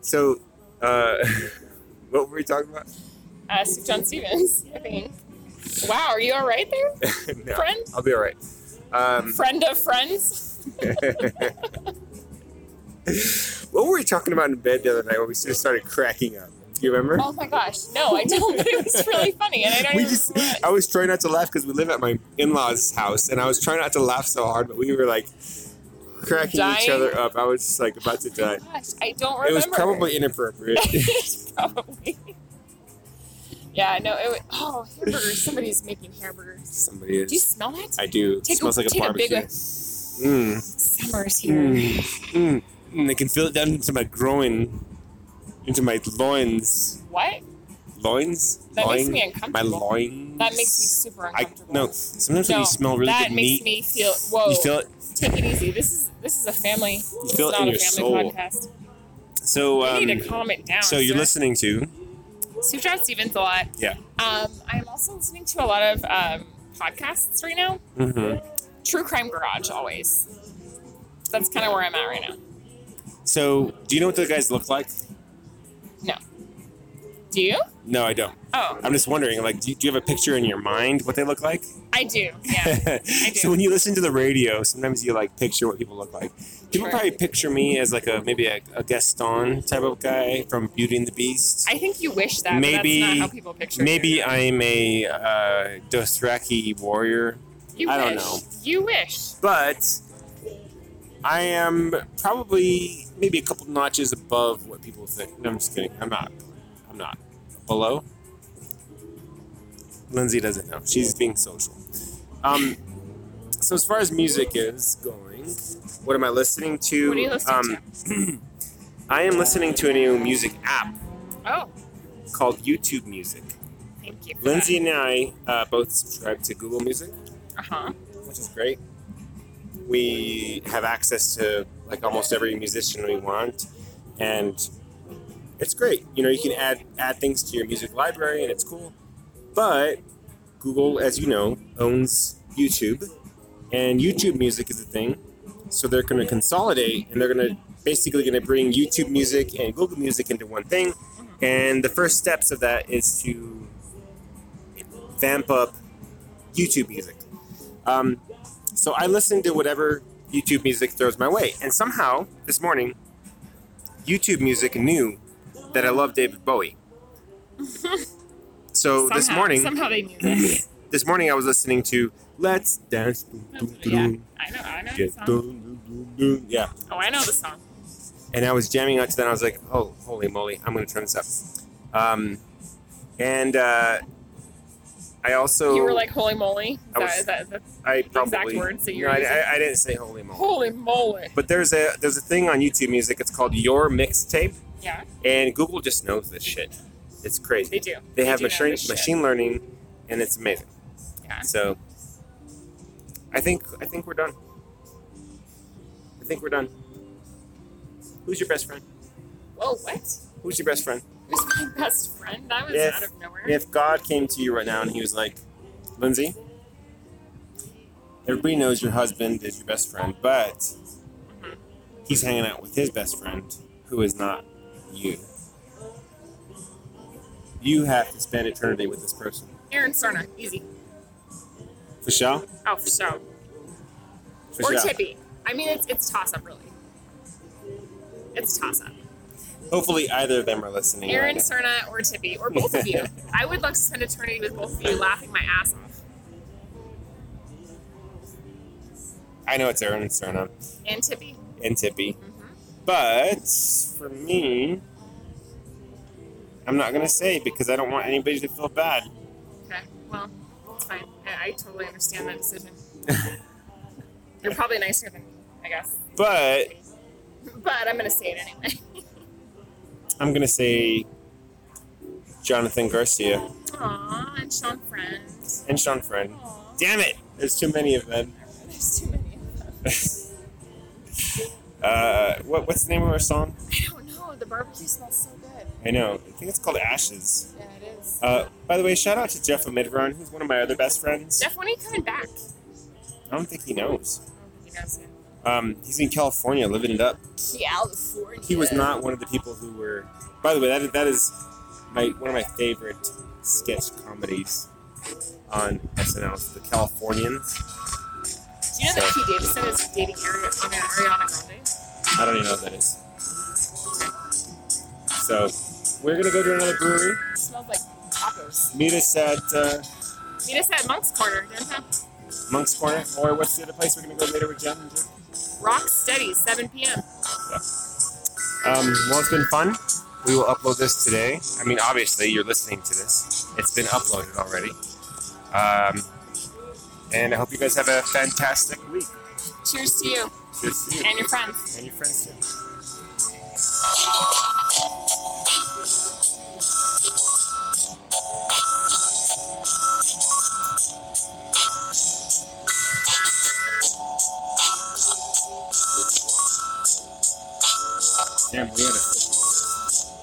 S1: So, uh, what were we talking about?
S2: Uh, Steve John Stevens. I think. Wow, are you all right there,
S1: no,
S2: friend?
S1: I'll be all right. Um,
S2: Friend of friends.
S1: what were we talking about in bed the other night when we sort of started cracking up? Do you remember?
S2: Oh my gosh, no, I don't. But it was really funny, and I don't
S1: we
S2: even.
S1: just
S2: remember it.
S1: I was trying not to laugh because we live at my in-laws house and I was trying not to laugh so hard but we were like cracking each
S2: Dying.
S1: other up. I was just like about to die.
S2: Oh Gosh, I don't remember.
S1: It was probably inappropriate.
S2: probably. Yeah, no. It was, oh, hamburgers! Somebody's making hamburgers.
S1: Somebody
S2: Do you
S1: is.
S2: smell that?
S1: I do. It
S2: Take a-
S1: smells like a
S2: take a big
S1: barbecue.
S2: one.
S1: Mm,
S2: Summer's here.
S1: mm, mm, mm. I can feel it down into my groin, into my loins,
S2: What?
S1: loins,
S2: That makes
S1: Loin?
S2: me
S1: my
S2: uncomfortable.
S1: loins.
S2: That makes me super
S1: I
S2: uncomfortable.
S1: no. Sometimes when
S2: No,
S1: you smell really
S2: that
S1: good meat,
S2: makes me feel. Whoa!
S1: you feel it.
S2: Take it easy. This is this is a family. This
S1: feel it
S2: is not
S1: in
S2: a
S1: your
S2: family
S1: soul.
S2: podcast.
S1: So
S2: I need
S1: um,
S2: to calm it down.
S1: so you're
S2: sir.
S1: listening to
S2: Steve Jobs Stevens a lot.
S1: Yeah.
S2: Um, I'm also listening to a lot of um, podcasts right now.
S1: hmm
S2: True Crime Garage always. That's kind of where I'm at right now.
S1: So, do you know what those guys look like?
S2: Do you?
S1: No, I don't.
S2: Oh,
S1: I'm just wondering, like, do you, do you have a picture in your mind what they look like?
S2: I do. Yeah.
S1: so when you listen to the radio, sometimes you like picture what people look like. People
S2: Sure.
S1: probably picture me as like a maybe a, a Gaston type of guy from Beauty and the Beast.
S2: I think you wish that.
S1: Maybe-
S2: But that's not how people picture.
S1: maybe
S2: you.
S1: I'm a uh, Dothraki warrior,
S2: You
S1: I
S2: wish.
S1: don't know.
S2: You wish.
S1: but I am probably maybe a couple notches above what people think. No, I'm just kidding. I'm not. I'm not below. Lindsay doesn't know. She's being social. Um, so as far as music is going, what am I listening to?
S2: What are you listening
S1: um, I am listening to a new music app
S2: to? Oh,
S1: called YouTube Music.
S2: thank you. for
S1: Lindsay and I uh, both subscribe to Google Music
S2: that. Uh-huh.
S1: which is great. We have access to like almost every musician we want, and it's great. You know, you can add add things to your music library, and it's cool. But Google, as you know, owns YouTube, and YouTube Music is a thing. So they're going to consolidate, and they're going to basically going to bring YouTube Music and Google Music into one thing. And the first steps of that is to vamp up YouTube Music. Um, so I listen to whatever YouTube music throws my way. And somehow this morning, YouTube music knew that I love David Bowie. so Oh, this
S2: Somehow-
S1: morning,
S2: Somehow they knew this.
S1: this morning I was listening to Let's Dance. Boom, boom,
S2: Oh, yeah.
S1: boom.
S2: I know. I know
S1: Yeah,
S2: the song.
S1: boom, boom, boom, boom. yeah.
S2: Oh, I know the song.
S1: And I was jamming out to that. and I was like, oh, holy moly, I'm going to turn this up. Um, and uh, I also.
S2: you were like, "Holy moly!" Is
S1: I was-
S2: that, is that the
S1: I probably,
S2: exact words that you
S1: No,
S2: were
S1: I,
S2: using?
S1: I, I didn't say holy moly.
S2: holy moly?
S1: But there's a there's a thing on YouTube Music. It's called Your Mixtape,
S2: Yeah,
S1: and Google just knows this shit. It's
S2: they
S1: crazy.
S2: do.
S1: They have
S2: do know
S1: machine
S2: this shit.
S1: machine learning, and it's amazing.
S2: Yeah.
S1: So, I think I think we're done. I think we're done. Who's your best friend?
S2: Whoa, what?
S1: Who's your best friend?
S2: Who's my best friend? That was
S1: If-
S2: out of nowhere.
S1: If God came to you right now and he was like, Lindsay, everybody knows your husband is your best friend, but
S2: Mhm.
S1: he's hanging out with his best friend who is not you. You have to spend eternity with this person.
S2: Aaron Sorna, easy.
S1: For sure?
S2: Oh, for sure.
S1: For
S2: or
S1: sure.
S2: Tippy. I mean, it's it's toss up really. It's toss up.
S1: Hopefully, either of them are listening. right
S2: Aaron
S1: now.
S2: Cerna or Tippy or both of you. I would love to spend eternity with both of you, laughing my ass off.
S1: I know it's Aaron and Serna
S2: And Tippy.
S1: and Tippy.
S2: hmm
S1: But for me, I'm not going to say because I don't want anybody to feel bad.
S2: Okay. Well, it's fine. I, I totally understand that decision. You're probably nicer than me, I guess.
S1: But
S2: But I'm gonna say it anyway.
S1: I'm gonna say Jonathan Garcia
S2: Aw, and Sean Friend.
S1: and Sean Friend.
S2: Aw.
S1: Damn it! There's too many of them.
S2: There's too many.
S1: uh, what, what's the name of our song?
S2: I don't know. The barbecue smells so good.
S1: I know. I think it's called Ashes.
S2: Yeah, it is.
S1: Uh, by the way, shout out to Jeff Amidron, who's one of my other best friends.
S2: Jeff, when are you coming back?
S1: I don't think he knows.
S2: You guys
S1: Um, he's in California, living it up.
S2: California.
S1: He was not one of the people who were. By the way, that is, that is my one of my favorite sketch comedies on SNL, the Californians.
S2: Do you know that Pete Davidson is dating Ari- you know, Ariana Grande?
S1: I don't even know what that is. So we're gonna go to another brewery.
S2: smells like tacos.
S1: Meet us at uh,
S2: Meet us at Monk's Corner downtown.
S1: Monk's Corner, or what's the other place we're gonna go later with Jen? and Jake?
S2: Rock steady, 7 p.m.
S1: Um, well, it's been fun. We will upload this today. I mean, obviously you're listening to this. It's been uploaded already. Um, and I hope you guys have a fantastic week.
S2: Cheers to you
S1: Cheers to you
S2: and your friends.
S1: and your friends. Too. Damn, we had a.